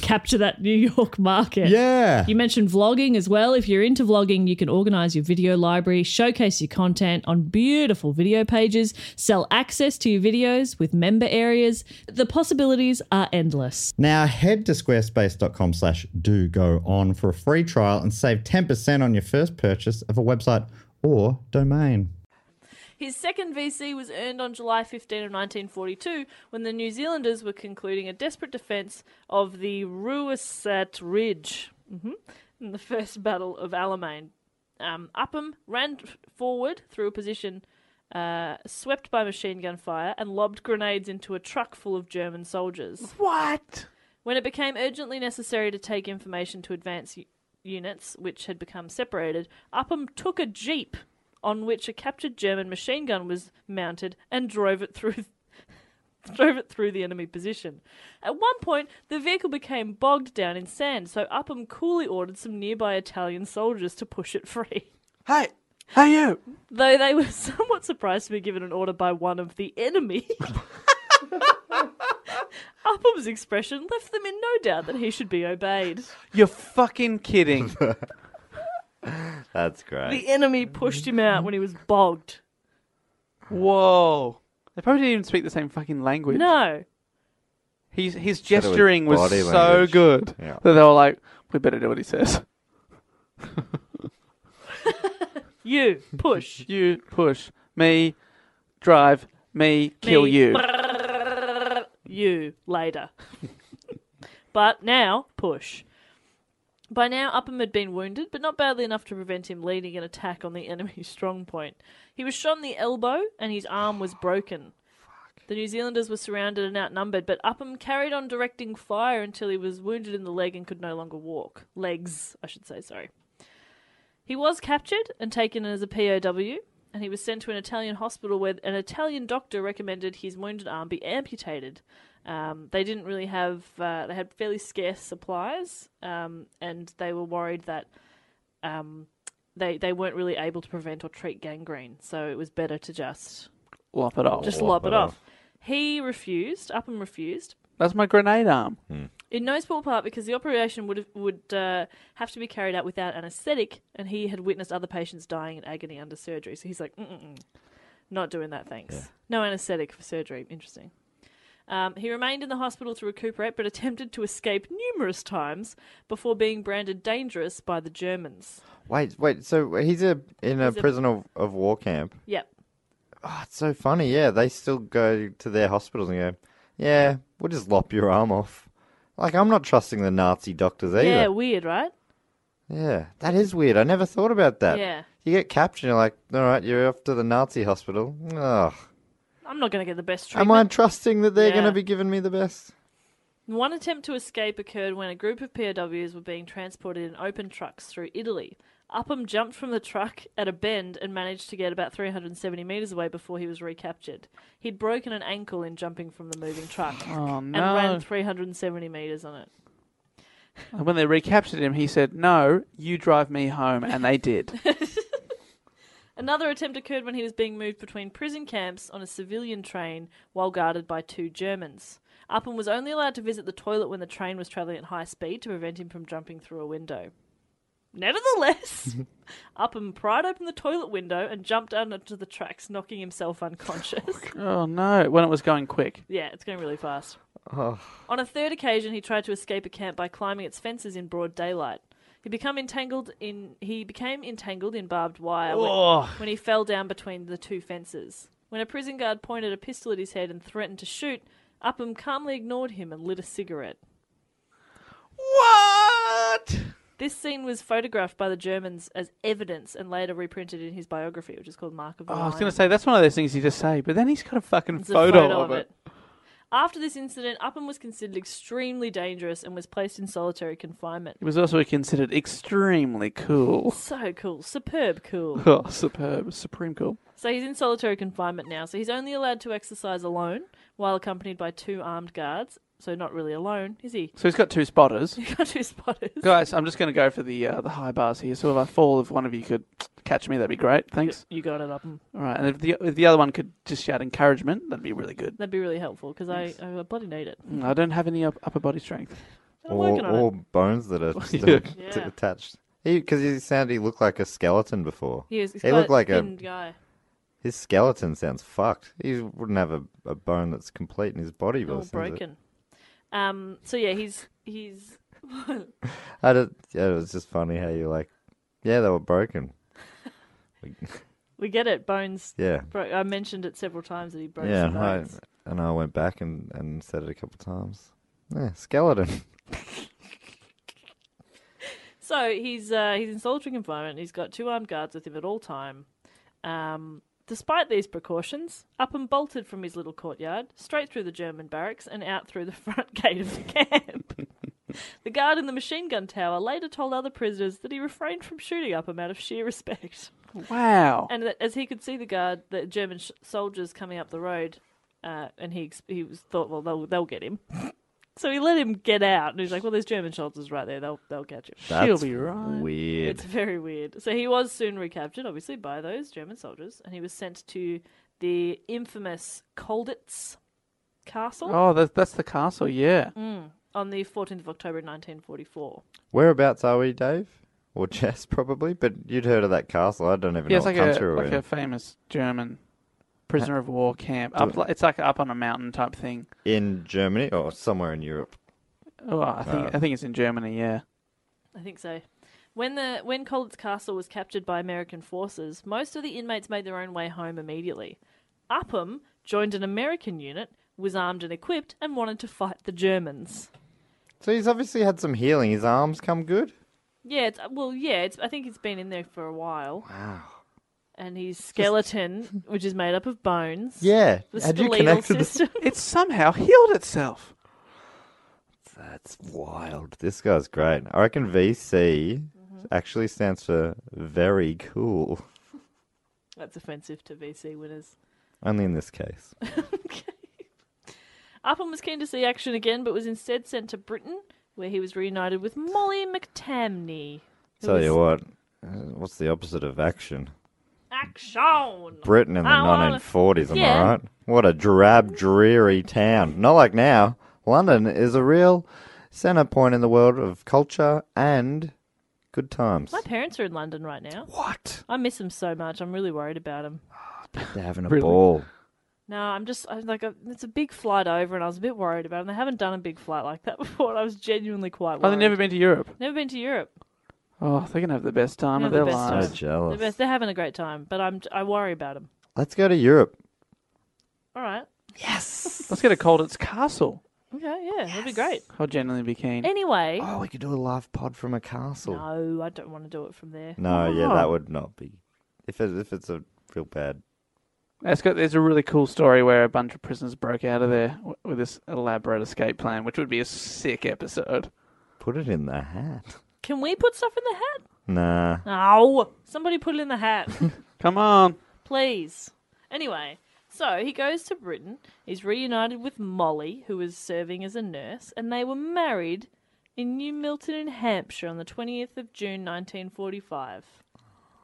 S5: Capture that New York market.
S8: Yeah.
S5: You mentioned vlogging as well. If you're into vlogging, you can organize your video library, showcase your content on beautiful video pages, sell access to your videos with member areas. The possibilities are endless.
S8: Now head to squarespace.com slash do go on for a free trial and save 10% on your first purchase of a website or domain.
S6: His second VC was earned on July 15 of 1942 when the New Zealanders were concluding a desperate defence of the Ruisat Ridge hmm in the First Battle of Alamein. Um, Upham ran f- forward through a position uh, swept by machine gun fire and lobbed grenades into a truck full of German soldiers.
S4: What?
S6: When it became urgently necessary to take information to advance u- units, which had become separated, Upham took a jeep on which a captured German machine gun was mounted and drove it through. Drove it through the enemy position. At one point, the vehicle became bogged down in sand, so Upham coolly ordered some nearby Italian soldiers to push it free.
S4: Hey, hey you!
S6: Though they were somewhat surprised to be given an order by one of the enemy. Upham's expression left them in no doubt that he should be obeyed.
S4: You're fucking kidding.
S1: That's great.
S6: The enemy pushed him out when he was bogged.
S4: Whoa. They probably didn't even speak the same fucking language.
S6: No.
S4: His, his
S1: Said it was
S4: gesturing was,
S1: body
S4: so
S1: language.
S4: good
S1: Yeah.
S4: that they were like, we better do what he says.
S6: You push.
S4: You push me, drive me, kill
S6: Me.
S4: you.
S6: You later. but now, push. By now, Upham had been wounded, but not badly enough to prevent him leading an attack on the enemy's strong point. He was shot in the elbow, and his arm was broken. The New Zealanders were surrounded and outnumbered, but Upham carried on directing fire until he was wounded in the leg and could no longer walk. Legs, I should say, sorry. He was captured and taken as a POW, and he was sent to an Italian hospital where an Italian doctor recommended his wounded arm be amputated. Um, they didn't really have, uh, they had fairly scarce supplies, um, and they were worried that um, they, they weren't really able to prevent or treat gangrene, so it was better to just
S4: Lop it off.
S6: just lop it off. He refused, Upham refused,
S4: That's my grenade arm.
S6: in no small part because the operation would have, would uh, have to be carried out without anaesthetic, and he had witnessed other patients dying in agony under surgery. So he's like, Mm-mm-mm, not doing that, thanks. No anaesthetic for surgery. Interesting. Um, he remained in the hospital to recuperate, but attempted to escape numerous times before being branded dangerous by the Germans.
S1: Wait, wait. So he's a in a
S6: He's a-
S1: prison of, of war camp.
S6: Yep.
S1: Oh, it's so funny. Yeah, they still go to their hospitals and go, yeah, we'll just lop your arm off. Like I'm not trusting the Nazi doctors either.
S6: Yeah, weird, right?
S1: Yeah, that is weird. I never thought about that.
S6: Yeah.
S1: You get captured, you're like, all right, you're off to the Nazi hospital. Ugh.
S6: I'm not going to get the best treatment.
S1: Am I trusting that they're going
S6: Yeah.
S1: to be giving me the best?
S6: One attempt to escape occurred when a group of POWs were being transported in open trucks through Italy. Upham jumped from the truck at a bend and managed to get about 370 metres away before he was recaptured. He'd broken an ankle in jumping from the moving truck
S4: Oh,
S6: and
S4: no.
S6: ran 370 metres on it.
S4: And when they recaptured him, he said, No, you drive me home. And they did.
S6: Another attempt occurred when he was being moved between prison camps on a civilian train while guarded by two Germans. Upham was only allowed to visit the toilet when the train was travelling at high speed to prevent him from jumping through a window. Nevertheless, Upham pried open the toilet window and jumped down onto the tracks, knocking himself unconscious.
S4: oh, no. When it was going quick.
S6: Yeah, it's going really fast.
S4: Oh.
S6: On a third occasion, he tried to escape a camp by climbing its fences in broad daylight. He become entangled in he became entangled in barbed wire
S4: Oh.
S6: when, when he fell down between the two fences. When a prison guard pointed a pistol at his head and threatened to shoot, Upham calmly ignored him and lit a cigarette.
S4: What?
S6: This scene was photographed by the Germans as evidence and later reprinted in his biography, which is called Mark of the
S4: Oh, I was
S6: Lion.
S4: going to say, that's one of those things you just say, but then he's got a fucking
S6: It's a
S4: photo, of, it.
S6: After this incident, Upham was considered extremely dangerous and was placed in solitary confinement.
S4: It was also considered extremely cool.
S6: So cool, superb cool.
S4: Oh, superb. Supreme cool.
S6: so he's in solitary confinement now, so he's only allowed to exercise alone while accompanied by two armed guards. so not really alone, is he?
S4: So he's got two spotters.
S6: He's got two spotters.
S4: Guys, I'm just going to go for the uh, the high bars here. So if I fall, if one of you could catch me, that'd be great. Thanks.
S6: You got it up. mm.
S4: All right, and if the if the other one could just shout encouragement, that'd be really good.
S6: That'd be really helpful because I, I bloody need it.
S4: Mm, I don't have any up, upper body strength.
S6: I'm
S1: All,
S6: working on
S1: all
S6: it.
S1: bones that are still
S4: Yeah.
S1: t-
S6: Yeah.
S1: attached. Because he, sounded he looked like a skeleton before.
S6: He, was, he's
S1: he
S6: quite
S1: looked like a
S6: thin guy.
S1: his skeleton sounds fucked. He wouldn't have a, a bone that's complete in his body. by the
S6: all
S1: sounds of it.
S6: broken. Um. So yeah, he's he's.
S1: I did, yeah, it was just funny how you like, yeah, they were broken.
S6: We get it. Bones.
S1: Yeah,
S6: Bro- I mentioned it several times that he broke.
S1: yeah,
S6: some
S1: and I,
S6: bones.
S1: and I went back and, and said it a couple times. Yeah, skeleton.
S6: So he's uh, he's in solitary confinement. He's got two armed guards with him at all time. Um, despite these precautions, up and bolted from his little courtyard, straight through the German barracks and out through the front gate of the camp. the guard in the machine gun tower later told other prisoners that he refrained from shooting up him out of sheer respect,
S4: Wow.
S6: and that as he could see the guard, the German sh- soldiers coming up the road, uh, and he ex- he was thought, well, they'll they'll get him. So he let him get out, and he's like, "Well, there's German soldiers right there. They'll they'll catch him."
S4: She'll be right.
S1: Weird.
S6: It's very weird. So he was soon recaptured, obviously, by those German soldiers, and he was sent to the infamous Kolditz Castle
S4: Oh, that's that's the castle. Yeah.
S6: Mm. on the 14th of October 1944.
S1: Whereabouts are we, Dave? Or Jess, probably. But you'd heard of that castle. I don't even
S4: yeah,
S1: know
S4: it's
S1: what
S4: like
S1: country
S4: a
S1: we're
S4: like
S1: in.
S4: a famous German prisoner of war camp. Up, li- it's like up on a mountain type thing.
S1: In Germany or somewhere in Europe.
S4: Oh, I think I think it's in Germany. Yeah.
S6: I think so. When the when Kolditz Castle was captured by American forces, most of the inmates made their own way home immediately. Upham joined an American unit, was armed and equipped, and wanted to fight the Germans.
S1: So he's obviously had some healing. His arms come good.
S6: Yeah, it's, uh, well, yeah. It's, I think it's been in there for a while. Wow. And his skeleton, which is made up of bones.
S1: Yeah.
S6: The
S1: Had you
S6: skeletal
S1: connected? the-
S6: system.
S4: It somehow healed itself.
S1: That's wild. This guy's great. I reckon VC
S4: Mm-hmm.
S1: actually stands for very cool.
S6: That's offensive to VC winners.
S1: Only in this case.
S6: Upham was keen to see action again, but was instead sent to Britain, where he was reunited with Molly McTamney. who
S1: Tell
S6: was
S1: you what. uh, What's the opposite of action?
S6: Action.
S1: Britain in the
S6: I wanna-
S1: 1940s, am
S6: Oh, Yeah.
S1: I right? What a drab, dreary town. Not like now. London is a real centre point in the world of culture and good times.
S6: My parents are in London right now.
S1: What?
S6: I miss them so much. I'm really worried about them.
S1: They're having a ball.
S6: No, I'm just I'm like a, it's a big flight over, and I was a bit worried about them. They haven't done a big flight like that before. And I was genuinely quite worried.
S4: Oh, they've never been to Europe.
S6: never been to Europe.
S4: Oh, they're gonna have the best time
S6: Have
S4: of
S6: the
S4: their
S6: best
S1: So
S4: lives.
S6: time. They're,
S1: jealous.
S6: best. They're having a great time, but I'm I worry about them.
S1: Let's go to Europe.
S6: All right.
S4: Let's get a Colditz Castle.
S6: Okay. Yeah, that'd be great.
S4: I'll genuinely be keen.
S6: Anyway,
S1: Oh, we could do a live pod from a castle.
S6: no, Oh. I don't want to do it from there.
S1: No, yeah, that would not be. If it, if it's a real bad.
S4: It's got, there's a really cool story where a bunch of prisoners broke out of there w- with this elaborate escape plan, which would be a sick episode.
S1: Put it in the hat.
S6: Can we put stuff in the hat?
S1: Nah.
S6: No. Somebody put it in the hat,
S4: Come on.
S6: please. Anyway, so he goes to Britain. He's reunited with Molly, who was serving as a nurse, and they were married in New Milton in Hampshire on the 20th of June 1945.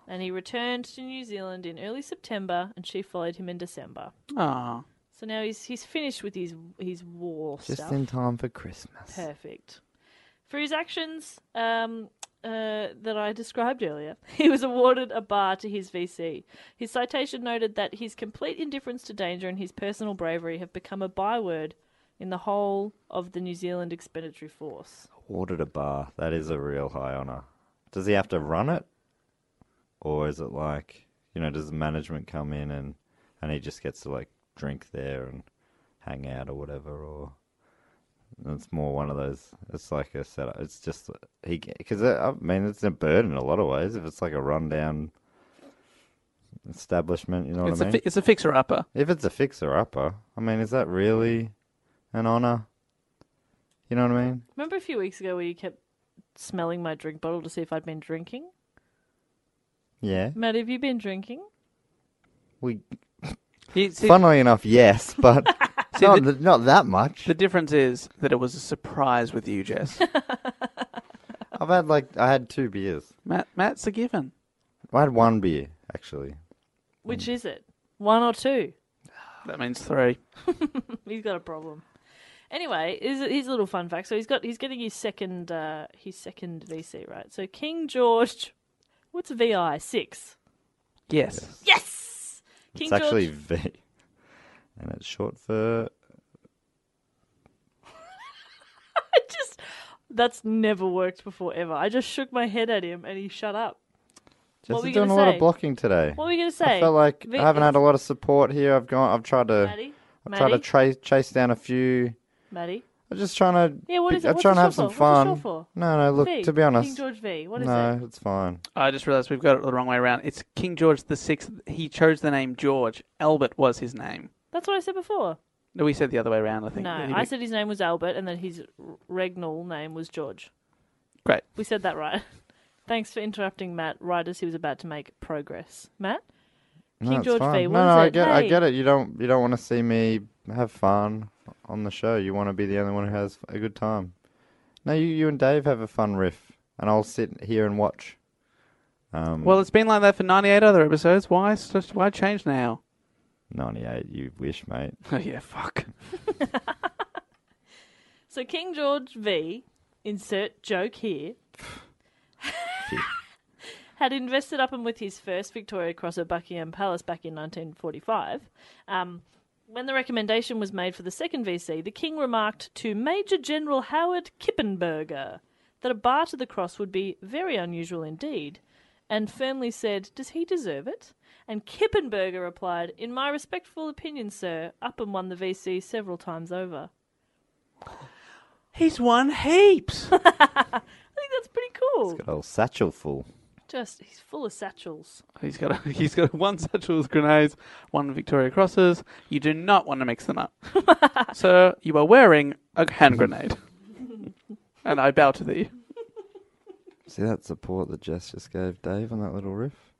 S6: And he returned to New Zealand in early September, and she followed him in December.
S4: Oh,
S6: So now he's he's finished with his his war
S1: Just
S6: stuff.
S1: in time for Christmas.
S6: Perfect. For his actions um, uh, that I described earlier, he was awarded a bar to his VC. His citation noted that his complete indifference to danger and his personal bravery have become a byword in the whole of the New Zealand Expeditionary Force.
S1: Ordered a bar. That is a real high honor. Does he have to run it, or is it like you know? Does the management come in and and he just gets to like drink there and hang out or whatever? Or it's more one of those. It's like a setup. It's just he because I mean it's a burden in a lot of ways. If it's like a rundown establishment, you know
S4: it's
S1: what I
S4: a
S1: mean.
S4: fi- it's a fixer upper.
S1: If it's a fixer upper, I mean, is that really an honor? You know what I mean?
S6: Remember a few weeks ago where you kept smelling my drink bottle to see if I'd been drinking?
S1: Yeah.
S6: Matt, have you been drinking?
S1: We
S4: He, see,
S1: Funnily enough, yes, but
S4: See,
S1: Not,
S4: the,
S1: th- not that much.
S4: the difference is that it was a surprise with you, Jess.
S1: I've had like I had two beers.
S4: Matt, Matt's a given.
S1: I had one beer actually.
S6: Which is it? One or two?
S4: That means three.
S6: He's got a problem. Anyway, here's a, here's a little fun fact. So he's got he's getting his second uh, his second VC right. So King George, what's VI six?
S4: Yes.
S6: Yes, King
S1: it's actually V, and it's short for
S6: I just that's never worked before ever. I just shook my head at him and he shut up.
S1: Jess
S6: were
S1: is
S6: you
S1: doing
S6: gonna
S1: a lot
S6: say?
S1: of blocking today.
S6: What were you gonna say?
S1: I felt like
S6: V-
S1: I haven't had a lot of support here. I've gone. I've tried to.
S6: Maddie,
S1: I've tried to
S6: Maddie?
S1: trace chase down a few.
S6: Maddie.
S1: I'm just trying to.
S6: Yeah, what is it?
S1: I'm
S6: What's
S1: trying
S6: it
S1: to have some
S6: short for? What's it
S1: fun.
S6: short for?
S1: No, no. Look,
S6: V,
S1: to be honest,
S6: King George V. What is
S1: no,
S6: it?
S1: it's fine.
S4: I just realised we've got it the wrong way around. It's King George the Sixth. He chose the name George. Albert was his name.
S6: That's what I said before.
S4: No, we said the other way around. I think.
S6: No,
S4: He-
S6: I said his name was Albert and that his r- regnal name was George.
S4: Great.
S6: We said that right. Thanks for interrupting Matt right as he was about to make progress. Matt?
S1: No,
S6: King
S1: it's
S6: George
S1: fine.
S6: V. What
S1: No,
S6: is
S1: no, I
S6: it?
S1: get, I
S6: Hey.
S1: get it. You don't, you don't want to see me have fun on the show. You want to be the only one who has a good time. No, you, you and Dave have a fun riff, and I'll sit here and watch. Um,
S4: Well, it's been like that for ninety-eight other episodes. Why? s- just- Why change now?
S1: ninety-eight. You wish, mate.
S4: Oh yeah, fuck.
S6: So King George V, insert joke here, had invested up and with his first Victoria Cross at Buckingham Palace back in 1945. Um, when the recommendation was made for the second VC, the King remarked to Major General Howard Kippenberger that a bar to the cross would be very unusual indeed, and firmly said, Does he deserve it? And Kippenberger replied, In my respectful opinion, sir, Upham won the VC several times over.
S4: He's won heaps.
S6: I think that's pretty cool.
S1: Got old satchel full.
S6: Just he's full of satchels.
S4: he's got. A, he's got one satchel's grenades, one Victoria crosses. You do not want to mix them up, sir. You are wearing a hand grenade, and I bow to thee.
S1: See that support that Jess just gave Dave on that little riff.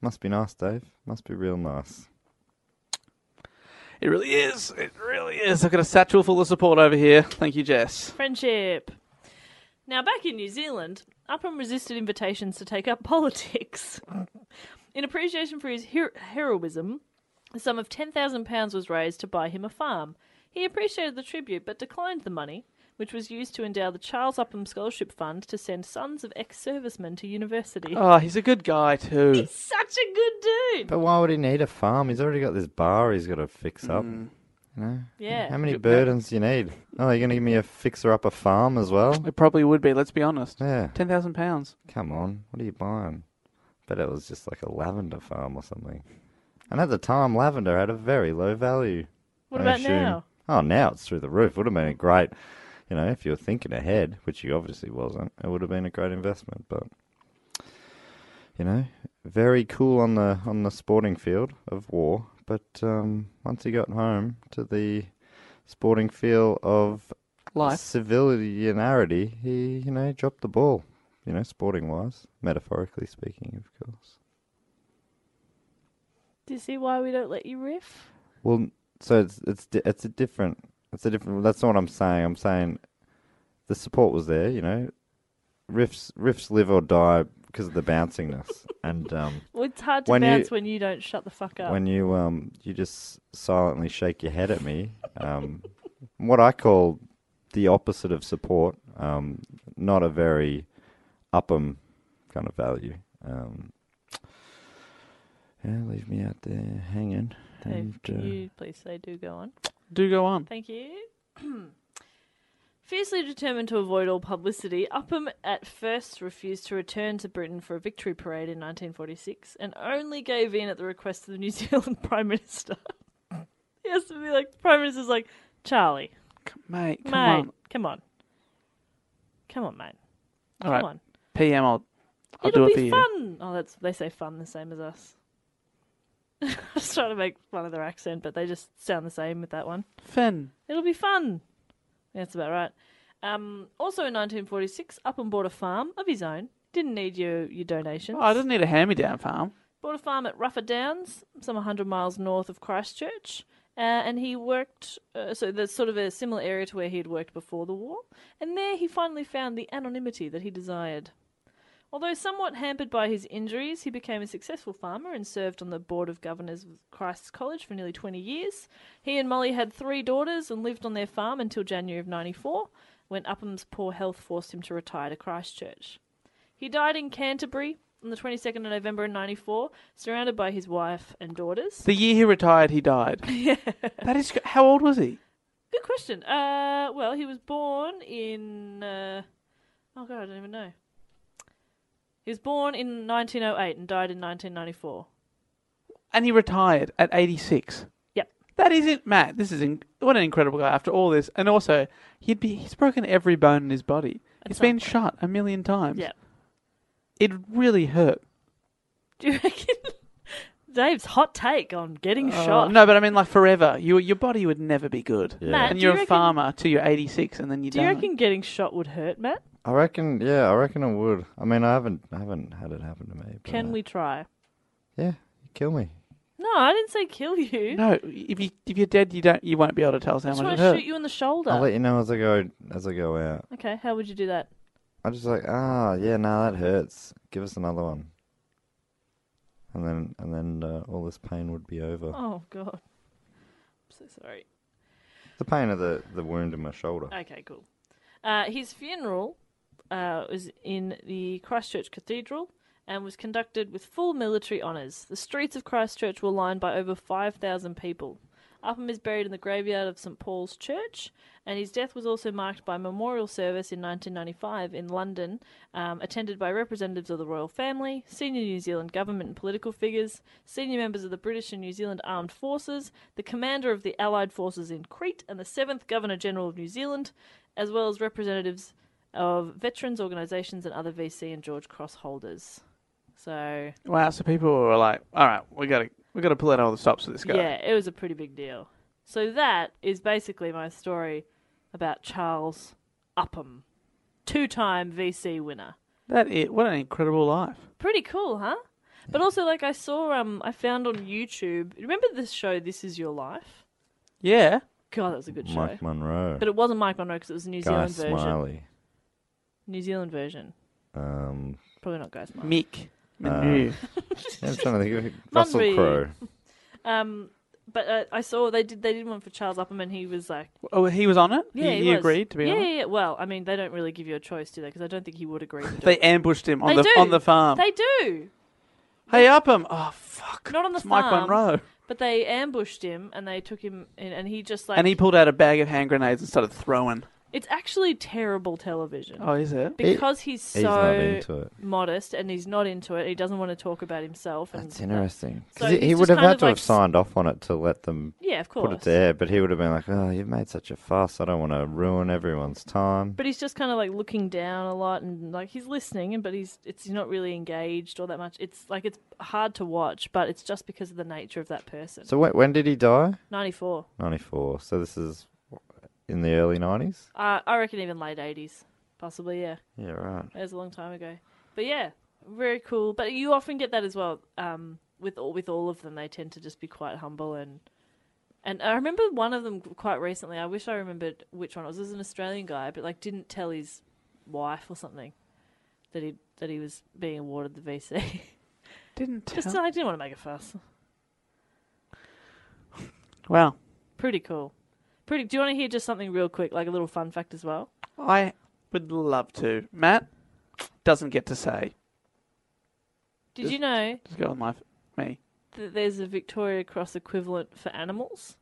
S1: Must be nice, Dave. Must be real nice.
S4: It really is. It really is. I've got a satchel full of support over here. Thank you, Jess.
S6: Friendship. Now back in New Zealand, Upham resisted invitations to take up politics. in appreciation for his hero- heroism, a sum of ten thousand pounds was raised to buy him a farm. He appreciated the tribute but declined the money, which was used to endow the Charles Upham Scholarship Fund to send sons of ex-servicemen to university.
S4: Oh, he's a good guy too.
S6: Such a good dude.
S1: But why would he need a farm? He's already got this bar. He's got to fix up.
S6: Mm.
S1: You know.
S6: Yeah.
S1: How many burdens do you need? Oh, you're gonna give me a fixer up a farm as well?
S4: It probably would be. Let's be honest.
S1: Yeah.
S4: Ten thousand pounds.
S1: Come on, what are you buying? But it was just like a lavender farm or something. And at the time, lavender had a very low value.
S6: What
S1: I
S6: about
S1: assume.
S6: now?
S1: Oh, now it's through the roof. Would have been a great, you know, if you were thinking ahead, which you obviously wasn't. It would have been a great investment, but you know, very cool on the on the sporting field of war. But um, once he got home to the sporting field of
S4: Life.
S1: civility, he you know dropped the ball. You know, sporting wise, metaphorically speaking, of course.
S6: Do you see why we don't let you riff?
S1: Well, n- so it's it's di- it's a different it's a different. That's not what I'm saying. I'm saying the support was there. You know, riffs riffs live or die because of the bouncingness, and um,
S6: Well, it's hard to
S1: When you-
S6: bounce when you don't shut the fuck up.
S1: when you um you just silently shake your head at me, um, what I call the opposite of support, um, not a very upham kind of value. Um, yeah, leave me out there hanging.
S6: Dave,
S1: and,
S6: can
S1: uh,
S6: you please say do go on?
S4: Do go on.
S6: Thank you. Fiercely determined to avoid all publicity, Upham at first refused to return to Britain for a victory parade in 1946 and only gave in at the request of the New Zealand Prime Minister. he has to be like, the Prime Minister's like, Charlie,
S4: Mate, come
S6: mate,
S4: on.
S6: come on. Come on, mate.
S4: All
S6: Come
S4: right.
S6: on.
S4: PM, I'll, I'll
S6: It'll
S4: do it for
S6: be
S4: you.
S6: fun. Oh, that's they say fun the same as us. I was trying to make fun of their accent, but they just sound the same with that one.
S4: Fun.
S6: It'll be fun. That's about right. Um, also in 1946, up and bought a farm of his own. Didn't need your, your donations.
S4: Oh, I didn't need a hand-me-down farm.
S6: Bought a farm at Ruffer Downs, some 100 miles north of Christchurch, Uh, and he worked, uh, so that's sort of a similar area to where he had worked before the war. And there he finally found the anonymity that he desired. Although somewhat hampered by his injuries, he became a successful farmer and served on the board of governors of Christ's College for nearly 20 years. He and Molly had three daughters and lived on their farm until January of 94, when Upham's poor health forced him to retire to Christchurch. He died in Canterbury on the 22nd of November in 94, surrounded by his wife and daughters.
S4: The year he retired, he died. Yeah. That is. How old was he?
S6: Good question. Uh, well, he was born in. Uh, oh god, I don't even know. He was born in 1908 and died in 1994.
S4: And he retired at 86.
S6: Yep.
S4: That isn't Matt. This is in, what an incredible guy after all this. And also, he'd be he's broken every bone in his body. he's
S6: some
S4: been shot a million times.
S6: Yep.
S4: It really hurt.
S6: Do you reckon? Dave's hot take on getting
S4: Oh,
S6: shot.
S4: no, but I mean, like forever, your your body would never be good.
S6: Matt,
S4: And
S6: do you
S4: you're a
S6: reckon,
S4: farmer till you're 86, and then you
S6: Do you
S4: die.
S6: reckon getting shot would hurt, Matt?
S1: I reckon. Yeah, I reckon I would. I mean, I haven't, I haven't had it happen to me. but,
S6: Can
S1: uh,
S6: we try?
S1: Yeah, kill me.
S6: No, I didn't say kill you.
S4: No, if you if you're dead, you don't you won't be able to tell us
S6: I
S4: how
S6: just
S4: much
S6: want
S4: it
S6: to
S4: hurt.
S6: shoot you in the shoulder.
S1: I'll let you know as I go, as I go out.
S6: Okay, how would you do that?
S1: I'm just like, ah, yeah, no, that hurts. Give us another one. And then, and then uh, all this pain would be over.
S6: Oh god. I'm so sorry.
S1: The pain of the, the wound in my shoulder.
S6: Okay, cool. Uh, his funeral uh, was in the Christchurch Cathedral and was conducted with full military honours. The streets of Christchurch were lined by over 5,000 people. Upham is buried in the graveyard of St Paul's Church, and his death was also marked by memorial service in 1995 in London, um, attended by representatives of the royal family, senior New Zealand government and political figures, senior members of the British and New Zealand Armed Forces, the commander of the Allied forces in Crete, and the seventh Governor General of New Zealand, as well as representatives of veterans organisations and other VC and George Cross holders. So
S4: Wow, so people were like, "All right, we gotta we gotta pull out all the stops for this guy."
S6: yeah, it was a pretty big deal. So that is basically my story about Charles Upham, two-time VC winner.
S4: That it. What an incredible life.
S6: Pretty cool, huh? But also, like I saw, um, I found on YouTube. Remember this show, This Is Your Life?
S4: Yeah.
S6: God, that was a good show.
S1: Mike Monroe,
S6: But it wasn't Mike Monroe because it was a New
S1: Guy
S6: Zealand version.
S1: Smiley,
S6: New Zealand version.
S1: um,
S6: Probably not Guy Smiley.
S4: Mick. Manu.
S1: yeah, I'm trying to think. of- Russell
S6: Munro.
S1: Crowe.
S6: Um, but uh, I saw they did they did one for Charles Upham and he was like,
S4: oh, he was on it. he,
S6: yeah, he,
S4: he
S6: was.
S4: agreed to be
S6: yeah,
S4: on it.
S6: yeah, yeah. Well, I mean, they don't really give you a choice, do they? Because I don't think he would agree. To do it.
S4: They ambushed him on
S6: They
S4: the
S6: do.
S4: on the farm.
S6: They do,
S4: hey, Upham. Oh fuck.
S6: Not on the
S4: it's Mike
S6: farm.
S4: Monroe.
S6: but they ambushed him and they took him in, and he just like
S4: And he pulled out a bag of hand grenades and started throwing.
S6: It's actually terrible television.
S4: Oh, is it?
S6: because he's so
S1: He's not into it.
S6: modest and he's not into it. He doesn't want to talk about himself. And
S1: That's interesting.
S6: um, So
S1: 'Cause he,
S6: he's
S1: he would
S6: just
S1: have
S6: kind
S1: had
S6: of
S1: to
S6: like
S1: have
S6: s-
S1: signed off on it to let them
S6: Yeah, of
S1: put it
S6: course.
S1: there, but he would have been like, oh, you've made such a fuss. I don't want to ruin everyone's time.
S6: But he's just kind of like looking down a lot and like he's listening, and but he's it's he's not really engaged all that much. It's like it's hard to watch, but it's just because of the nature of that person.
S1: So when, when did he die?
S6: Ninety four.
S1: 94. So this is in the early 90s?
S6: Uh, I reckon even late eighties, possibly. Yeah,
S1: Yeah, right.
S6: it was a long time ago. But yeah, very cool. But you often get that as well. Um, with all with all of them, they tend to just be quite humble and. And I remember one of them quite recently. I wish I remembered which one it was. It was an Australian guy, but like didn't tell his wife or something that he that he was being awarded the VC.
S4: Didn't tell.
S6: Just I didn't want to make a fuss.
S4: Wow.
S6: Pretty cool. Pretty. Do you want to hear just something real quick, like a little fun fact as well?
S4: I would love to. Matt doesn't get to say.
S6: Did you know
S4: Just go on my me.
S6: that there's a Victoria Cross equivalent for animals?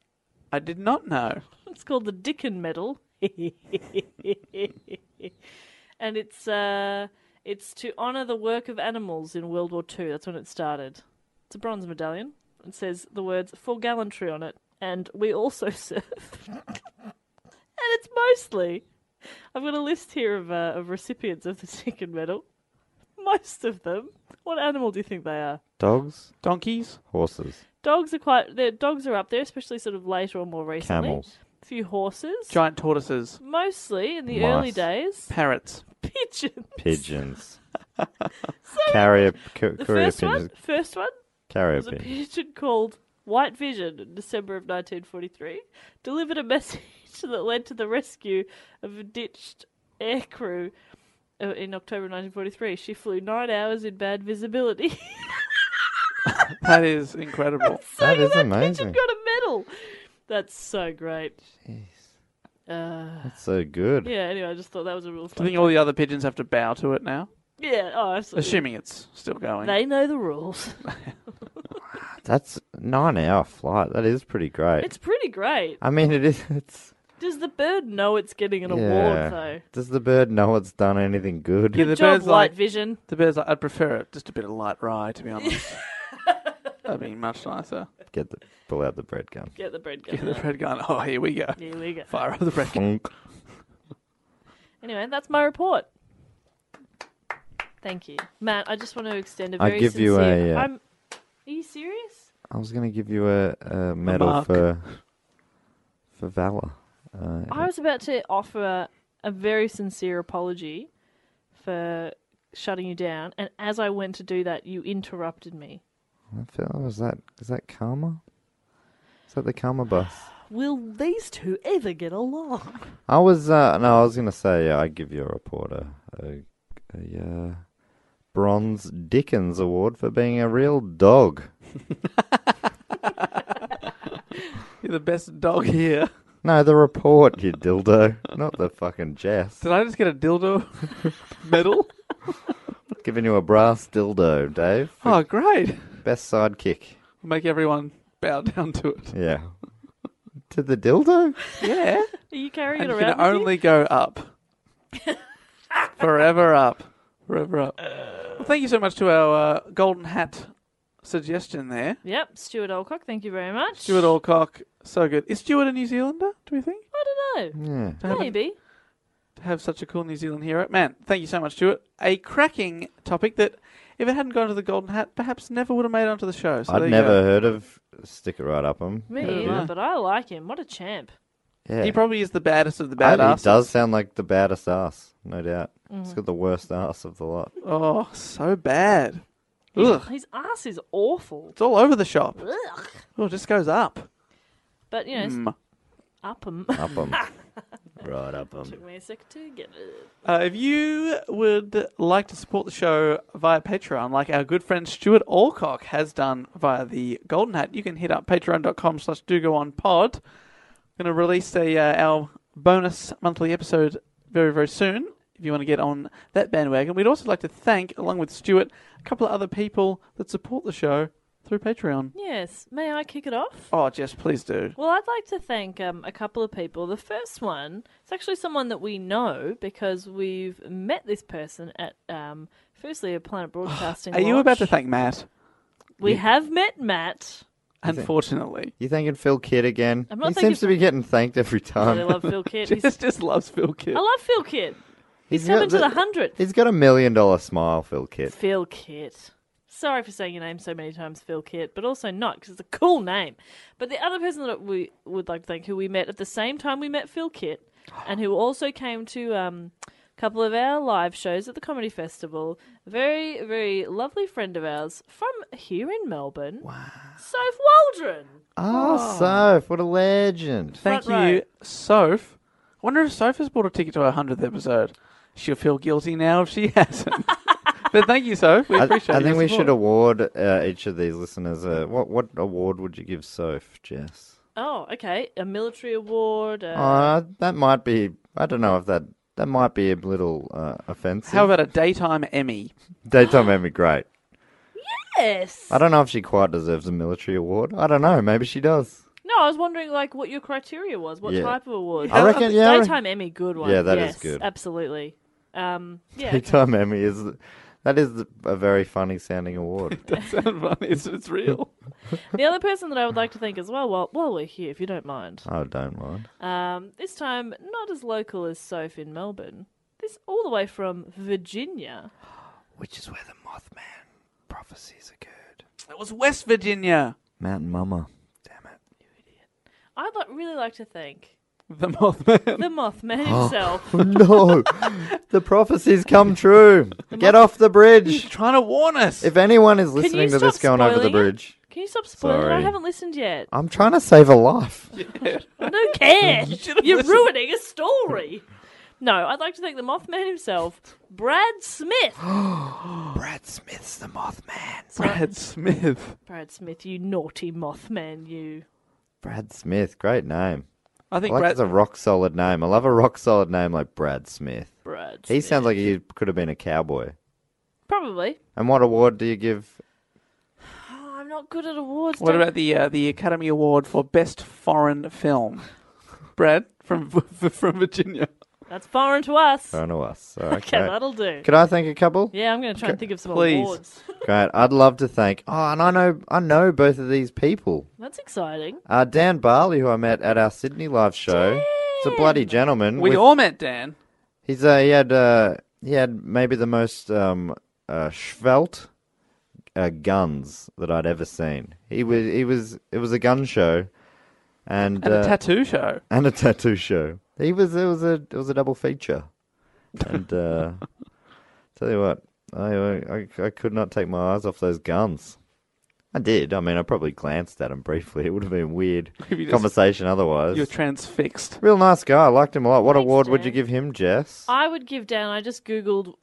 S4: I did not know.
S6: It's called the Dickon Medal, and it's uh, it's to honour the work of animals in World War Two. That's when it started. It's a bronze medallion. It says the words "for gallantry" on it, and we also serve. and it's mostly. I've got a list here of uh, of recipients of the Dickon Medal. Most of them. What animal do you think they are?
S1: Dogs,
S4: Donkeys.
S1: horses,
S6: Dogs are quite. their Dogs are up there, especially sort of later or more recently.
S1: camels,
S6: A few horses.
S4: Giant tortoises.
S6: Mostly in the
S1: Mice.
S6: early days,
S4: Parrots.
S6: pigeons.
S1: pigeons, carrier, cu-
S6: The
S1: courier
S6: first one,
S1: pigeons,
S6: first one
S1: carrier
S6: was a
S1: pigeons.
S6: pigeon called White Vision in December of 1943 delivered a message that led to the rescue of a ditched aircrew uh, in October 1943. She flew nine hours in bad visibility.
S4: That is incredible.
S6: so
S1: That is
S6: that
S1: amazing.
S6: pigeon got a medal. That's so great. Uh,
S1: That's so good.
S6: yeah, anyway, I just thought that was a real
S4: Do
S6: fun.
S4: you think all the other pigeons have to bow to it now?
S6: Yeah, oh, absolutely.
S4: Assuming it's still going.
S6: They know the rules.
S1: That's nine hour flight. That is pretty great.
S6: It's pretty great.
S1: I mean, it is. It's
S6: Does the bird know it's getting an
S1: yeah.
S6: award though?
S1: Does the bird know it's done anything good?
S4: Yeah, the
S6: Job
S4: bird's
S6: light
S4: like
S6: vision.
S4: the bird's like I'd prefer it just a bit of light rye to be honest. That'd be much nicer.
S1: Get the pull out the bread gun.
S6: Get the bread
S4: Get
S6: going.
S4: the bread gun. Oh, here we go.
S6: Here we go.
S4: Fire up the bread gun.
S1: Bonk.
S6: Anyway, that's my report. Thank you, Matt. I just want to extend a
S1: I
S6: very
S1: give you a,
S6: sincere.
S1: uh,
S6: I'm. Are you serious?
S1: I was gonna give you a, a medal
S4: mark.
S1: for for valor. Uh,
S6: I was about to offer a very sincere apology for shutting you down, and as I went to do that, you interrupted me.
S1: I feel was that is that karma? Is that the karma bus?
S6: Will these two ever get along?
S1: I was uh, no, I was gonna say yeah, I give your reporter a, a uh, bronze Dickens award for being a real dog.
S4: You're the best dog here.
S1: No, the report, you dildo, not the fucking jest.
S4: Did I just get a dildo medal?
S1: Giving you a brass dildo, Dave. for
S4: Oh, great.
S1: Best sidekick.
S4: Make everyone bow down to it.
S1: Yeah. to the dildo?
S4: Yeah.
S6: Are you carrying
S4: And
S6: it
S4: you
S6: around?
S4: can
S6: with you?
S4: only go up. Forever up. Forever up.
S6: Uh.
S4: Well, thank you so much to our uh, golden hat suggestion there.
S6: Yep, Stuart Olcock. Thank you very much.
S4: Stuart Alcock, so good. Is Stuart a New Zealander, do we think?
S6: I don't know.
S1: Yeah.
S4: To have,
S6: Maybe.
S4: to have such a cool New Zealand hero. Man, thank you so much, Stuart. A cracking topic that, if it hadn't gone to the golden hat, perhaps never would have made it onto the show. So there
S1: I'd
S4: you
S1: never
S4: go.
S1: heard of Stick It Right Up 'Em.
S6: Me
S1: Yeah.
S6: either, but I like him. What a champ.
S1: Yeah.
S4: He probably is the baddest of the
S1: I-
S4: bad
S1: he does sound like the baddest ass, no doubt.
S6: Mm-hmm.
S1: He's got the worst ass of the lot.
S4: Oh, so bad. Ugh.
S6: His ass is awful.
S4: It's all over the shop.
S6: Ugh.
S4: Oh, it just goes up.
S6: But, you know, it's
S4: Mm.
S6: up him.
S1: Up 'em. right up 'em.
S6: Took me a sec to get it.
S4: Uh, if you would like to support the show via Patreon, like our good friend Stuart Alcock has done via the Golden Hat, you can hit up patreon.com slash do go on pod. going to release a uh, our bonus monthly episode very, very soon. If you want to get on that bandwagon, we'd also like to thank, along with Stuart, a couple of other people that support the show through Patreon.
S6: Yes. May I kick it off?
S4: Oh, Jess, please do.
S6: Well, I'd like to thank um, a couple of people. The first one is actually someone that we know because we've met this person at, um, firstly, a Planet Broadcasting.
S4: Are you
S6: launch.
S4: about to thank Matt?
S6: We have met Matt.
S4: Unfortunately,
S1: You thanking Phil Kidd again?
S6: I'm not
S1: he
S6: thinking
S1: seems to be getting thanked every
S6: I
S1: time.
S6: love Phil Kidd.
S4: Jess
S6: He's-
S4: Um, just loves Phil Kidd.
S6: I love Phil Kidd.
S1: He's
S6: He's
S1: got
S6: coming to
S1: the-
S6: the hundredth.
S1: He's got a million dollar smile, Phil Kidd.
S6: Phil Kit. Sorry for saying your name so many times, Phil Kit, but also not because it's a cool name. But the other person that we would like to thank, who we met at the same time we met Phil Kit, and who also came to um, a couple of our live shows at the Comedy Festival, a very, very lovely friend of ours from here in Melbourne, wow. Soph Waldron.
S1: Oh, Soph, what a legend.
S4: Thank
S6: Front row.
S4: you, Soph. I wonder if Soph has bought a ticket to her 100th episode. She'll feel guilty now if she hasn't. but thank you, Soph. We
S1: I,
S4: appreciate
S1: I think
S4: your
S1: we
S4: support.
S1: should award uh, each of these listeners a what? What award would you give Soph, Jess?
S6: Oh, okay. A military award. Uh,
S1: Uh, that might be. I don't know if that that might be a little uh, offensive.
S4: How about a daytime Emmy?
S1: daytime Emmy? Great.
S6: yes.
S1: I don't know if she quite deserves a military award. I don't know. Maybe she does.
S6: No, I was wondering like what your criteria was, what
S1: Yeah.
S6: type of award.
S1: I reckon- yeah, I reckon-
S6: daytime Emmy, good one.
S1: Yeah, that is
S6: yes,
S1: good.
S6: Absolutely. Um, yeah, okay.
S1: Daytime Emmy is that is a very funny sounding award.
S4: That's funny. It's, it's real.
S6: the other person that I would like to thank as well, while while we're here, if you don't mind,
S1: I Oh, don't mind.
S6: um, this time not as local as Soph in Melbourne. This all the way from Virginia.
S1: Which is where the Mothman prophecies occurred.
S4: That was West Virginia.
S1: Mountain Mama. Damn it.
S6: I'd like, really like to thank
S4: The Mothman.
S6: the Mothman
S1: Oh.
S6: himself.
S1: no, the prophecies come true. Get off the
S4: He's
S1: bridge.
S4: trying to warn us.
S1: If anyone is
S6: you
S1: listening to this
S6: stop
S1: going over the
S6: spoiling it?
S1: bridge,
S6: Can you stop spoiling? it? I
S1: Sorry.
S6: haven't listened yet.
S1: I'm trying to save a life.
S6: I don't care.
S4: should've
S6: You're
S4: listened.
S6: ruining a story. No, I'd like to thank the Mothman himself, Brad Smith.
S1: Brad Smith's the Mothman.
S4: Brad Smith.
S6: Brad Smith, you naughty Mothman, you.
S1: Brad Smith, great name.
S4: I
S1: I
S4: think
S1: like
S4: Brad.
S1: that's a rock solid name. I love a rock solid name like Brad Smith.
S6: Brad.
S1: He
S6: Smith.
S1: sounds like he could have been a cowboy.
S6: Probably.
S1: And what award do you give?
S6: Oh, I'm not good at awards.
S4: What
S6: don't-
S4: about the uh, the Academy Award for Best Foreign Film? Brad from from Virginia.
S6: That's foreign to us.
S1: I don't know us. So,
S6: okay,
S1: Oh, okay.
S6: that'll do.
S1: Could I thank a couple?
S6: Yeah, I'm going to try and think of some
S4: Please.
S6: awards.
S1: Great. I'd love to thank. Oh, and I know I know both of these people.
S6: That's exciting.
S1: Uh, Dan Barley, who I met at our Sydney live show. He's a bloody gentleman.
S4: We
S1: with-
S4: all met Dan.
S1: He's uh, he had uh, he had maybe the most um, uh, schvelt uh, guns that I'd ever seen. He was he was it was a gun show, and
S4: at
S1: uh,
S4: a tattoo show.
S1: and a tattoo show. He was it was a it was a double feature, and uh, tell you what, I, I I could not take my eyes off those guns. I did. I mean, I probably glanced at him briefly. It would have been weird
S4: If you just-
S1: conversation otherwise.
S4: You're transfixed.
S1: Real nice guy. I liked him a lot. What
S6: Thanks,
S1: award would
S6: Dan.
S1: you give him, Jess?
S6: I would give Dan, I just Googled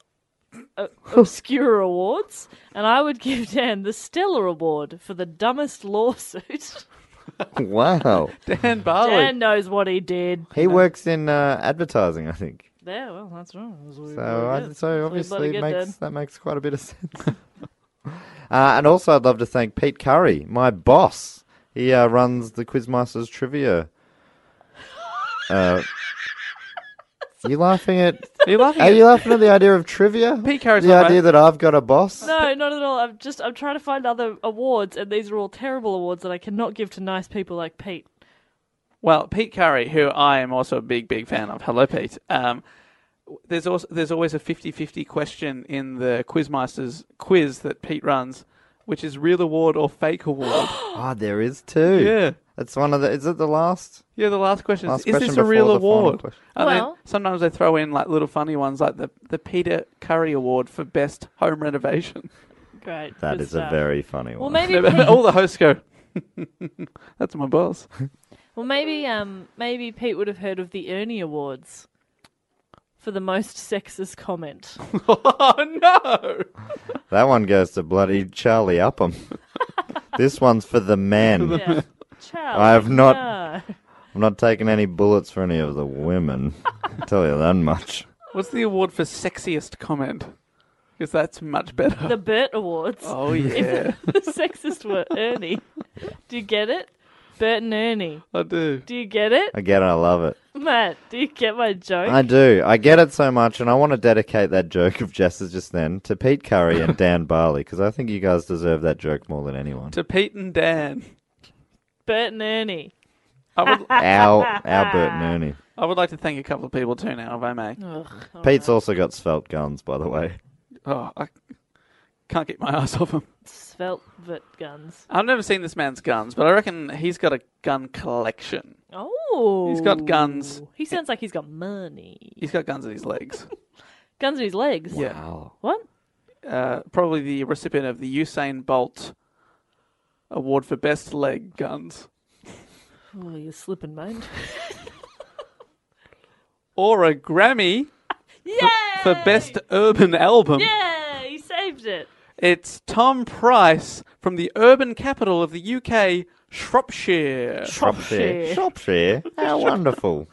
S6: uh, obscure awards, and I would give Dan the Stellar Award for the dumbest lawsuit.
S1: wow.
S4: Dan Barley.
S6: Dan knows what he did.
S1: He works in uh, advertising, I think.
S6: Yeah, well, that's right. That's what we-
S1: So,
S6: what we
S1: I,
S6: get.
S1: so
S6: That's what
S1: obviously
S6: we bloody
S1: it
S6: get,
S1: makes
S6: Dan.
S1: that makes quite a bit of sense. uh, and also, I'd love to thank Pete Curry, my boss. He uh, runs the Quizmasters trivia. Uh, you laughing at?
S4: Are you laughing?
S1: Are
S4: at-
S1: you laughing at the idea of trivia?
S4: Pete Curry's
S1: the
S4: my
S1: idea that I've got a boss.
S6: No, not at all. I'm just I'm trying to find other awards, and these are all terrible awards that I cannot give to nice people like Pete.
S4: Well, Pete Curry, who I am also a big, big fan of. Hello, Pete. Um, there's also there's always a 50-50 question in the Quizmasters quiz that Pete runs, which is real award or fake award.
S1: Ah, there is too.
S4: yeah,
S1: It's one of the. Is it the last?
S4: yeah. The last question
S1: Last
S4: is: Is
S1: question
S4: this a
S1: before
S4: real
S1: the final
S4: award?
S1: question.
S4: And then
S6: Well-
S4: sometimes they throw in like little funny ones, like the the Peter Curry Award for best home renovation.
S6: Great.
S1: That
S6: good
S1: is a
S6: stuff.
S1: very funny
S6: well.
S1: one.
S6: Maybe Pete,
S4: All the hosts go. That's my boss.
S6: well maybe um maybe Pete would have heard of the Ernie Awards for the most sexist comment.
S4: oh no!
S1: That one goes to bloody Charlie Upham. this one's for the men.
S6: Yeah. Charlie,
S1: I have not-
S6: no.
S1: I'm not taking any bullets for any of the women. I'll tell you that much.
S4: What's the award for sexiest comment? Because that's much better.
S6: the Burt Awards.
S4: oh yeah,
S6: The sexist were Ernie. Do you get it? Bert and Ernie.
S4: I do.
S6: Do you get it,
S1: I get it. I love it.
S6: Matt? Do you get my joke?
S1: I do. I get it so much, and I want to dedicate that joke of Jess's just then to Pete Curry and Dan Barley because I think you guys deserve that joke more than anyone.
S4: To Pete and Dan,
S6: Bert and Ernie.
S4: I would
S1: our our Bert and Ernie.
S4: I would like to thank a couple of people too now, if I may.
S1: Pete's also got svelte guns, by the way.
S4: Oh, I can't get my ass off him.
S6: Svelte Vert guns.
S4: I've never seen this man's guns, but I reckon he's got a gun collection.
S6: Oh,
S4: He's got guns.
S6: He sounds like he's got money.
S4: He's got guns in his legs.
S6: Guns in his legs.
S4: Wow.
S6: What?
S4: Uh, probably the recipient of the Usain Bolt Award for Best Leg Guns.
S6: Oh, you're slipping, mate.
S4: Or a Grammy
S6: Yay!
S4: for Best Urban Album.
S6: Yay! He saved it.
S4: It's Tom Price from the urban capital of the UK, Shropshire.
S1: Shropshire. Shropshire. How wonderful.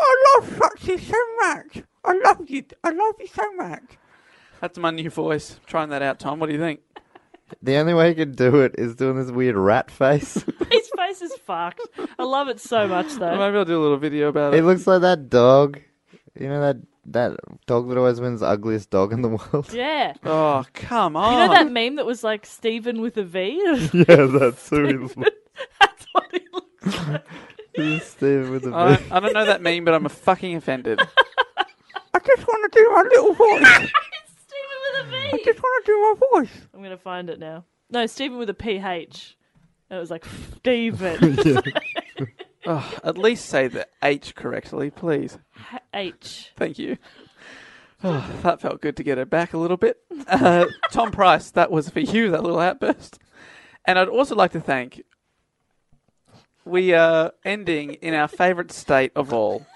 S4: I love Shropshire so much. I love you. I love you so much. That's my new voice. Trying that out, Tom. What do you think?
S1: The only way you can do it is doing this weird rat face.
S6: His face is fucked. I love it so much, though.
S4: Maybe I'll do a little video about
S1: He
S4: it.
S1: looks like that dog. You know that that dog that always wins ugliest dog in the world.
S6: Yeah.
S4: Oh, come on.
S6: You know that meme that was like Stephen with a V?
S1: yeah, that's who he looks.
S6: That's what he looks like.
S1: Steve with the
S4: I
S1: big-
S4: don't, I don't know that meme, but I'm fucking offended. I just want to do my little voice.
S6: Stephen with a V.
S4: want to do my voice.
S6: I'm gonna find it now. No, Stephen with a PH. And it was like Stephen
S4: At least say the H correctly, please.
S6: H.
S4: Thank you. Oh, that felt good to get her back a little bit. Uh, Tom Price, that was for you, that little outburst. And I'd also like to thank. We are ending in our favorite state of all,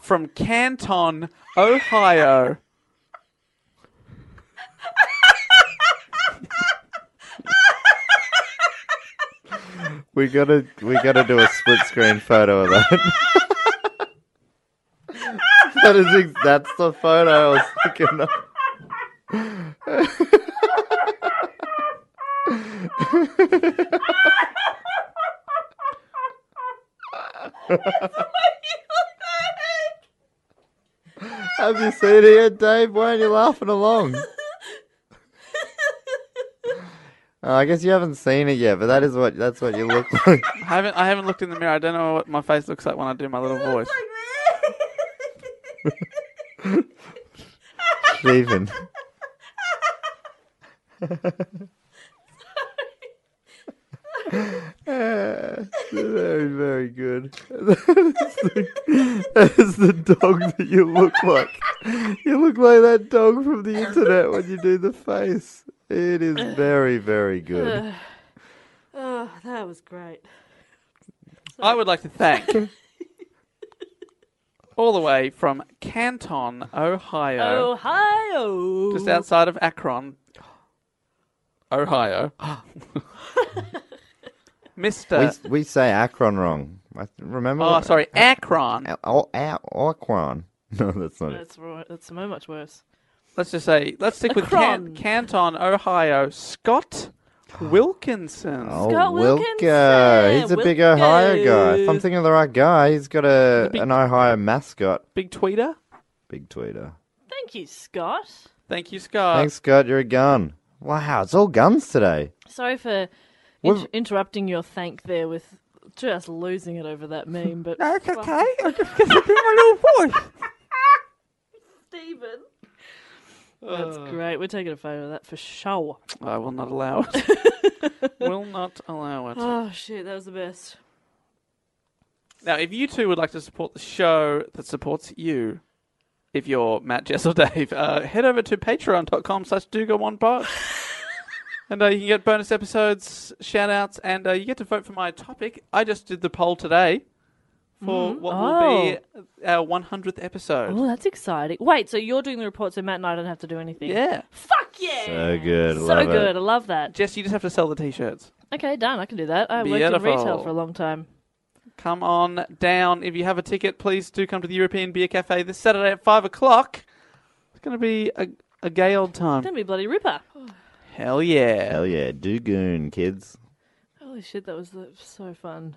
S4: from Canton, Ohio.
S1: We gotta we gotta do a split screen photo of that. that is ex- that's the photo I was thinking of. Have you seen it yet, Dave? Why aren't you laughing along? Oh, I guess you haven't seen it yet, but that is what that's what you look like.
S4: I haven't I haven't looked in the mirror. I don't know what my face looks like when I do my little voice.
S1: Stephen. Ah, very, very good. that is the dog that you look like. You look like that dog from the internet when you do the face. It is very, very good.
S6: Oh, that was great.
S4: I would like to thank all the way from Canton,
S6: Oh,
S4: Ohio,
S6: Ohio.
S4: just outside of Akron, Ohio. Mister,
S1: We, we say Akron wrong. I- Remember?
S4: oh
S1: what-
S4: sorry, Akron.
S1: Au- au- au- Akron. No, that's not it.
S6: That's right. That's so much worse.
S4: Let's just say let's stick with Can-
S6: Akron.
S4: Canton, Ohio. Scott Wilkinson.
S1: Oh,
S6: Scott
S1: Wilker.
S6: Wilkinson.
S1: He's a big Ohio guy. If I'm
S6: Wilkins.
S1: thinking of the right guy, he's got a
S4: big-
S1: an Ohio mascot.
S4: Big tweeter.
S1: Big tweeter.
S6: Thank you, Scott.
S4: Thank you,
S6: Uh,
S4: Scott.
S1: Thanks, Scott. You're a gun. Wow, it's all guns today.
S6: Sorry for
S1: We've-
S6: inter- interrupting your thank there with just losing it over that meme, but
S4: That's okay. I just get to do my little voice.
S6: Stephen. That's great. We're taking a photo of that for sure.
S4: I will not allow it. will not allow it.
S6: Oh shit, that was the best.
S4: Now, if you two would like to support the show that supports you, if you're Matt, Jess, or Dave, uh, head over to patreon.com slash do go on pod. and uh, you can get bonus episodes, shout outs, and uh, you get to vote for my topic. I just did the poll today for what will be our 100th episode.
S6: Mm-hmm. Oh, that's exciting. Wait, so you're doing the report, so Matt and I don't have to do anything.
S4: Yeah.
S6: Fuck yeah.
S1: So good.
S6: So
S1: Love
S6: good.
S1: It.
S6: I love that.
S4: Jess, you just have to sell the t shirts.
S6: Okay, done. I can do that. I worked in
S4: Beautiful.
S6: retail for a long time.
S4: Come on down. If you have a ticket, please do come to the European Beer Cafe this Saturday at 5 o'clock. It's going to be a, a gay old time.
S6: Gonna be bloody ripper.
S4: Hell yeah.
S1: Hell yeah. Do goon, kids.
S6: Holy shit, that was the- so fun.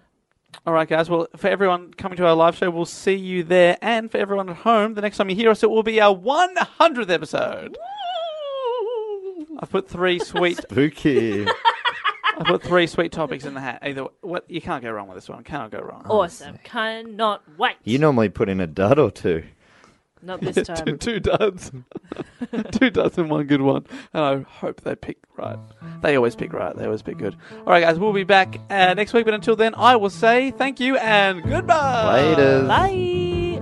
S4: All right, guys. Well, for everyone coming to our live show, we'll see you there. And for everyone at home, the next time you hear us, it will be our 100th episode. I've put three sweet.
S1: Spooky.
S4: I put three sweet topics in the hat. Either what you can't go wrong with this one. Cannot go wrong.
S6: Awesome. Cannot wait.
S1: you normally put in a dud or two.
S6: Not this
S4: two,
S6: time.
S4: two duds, two duds and one good one. And I hope they pick right. They always pick right. They always pick good. All right, guys. We'll be back uh, next week. But until then, I will say thank you and goodbye.
S1: Later.
S6: Bye.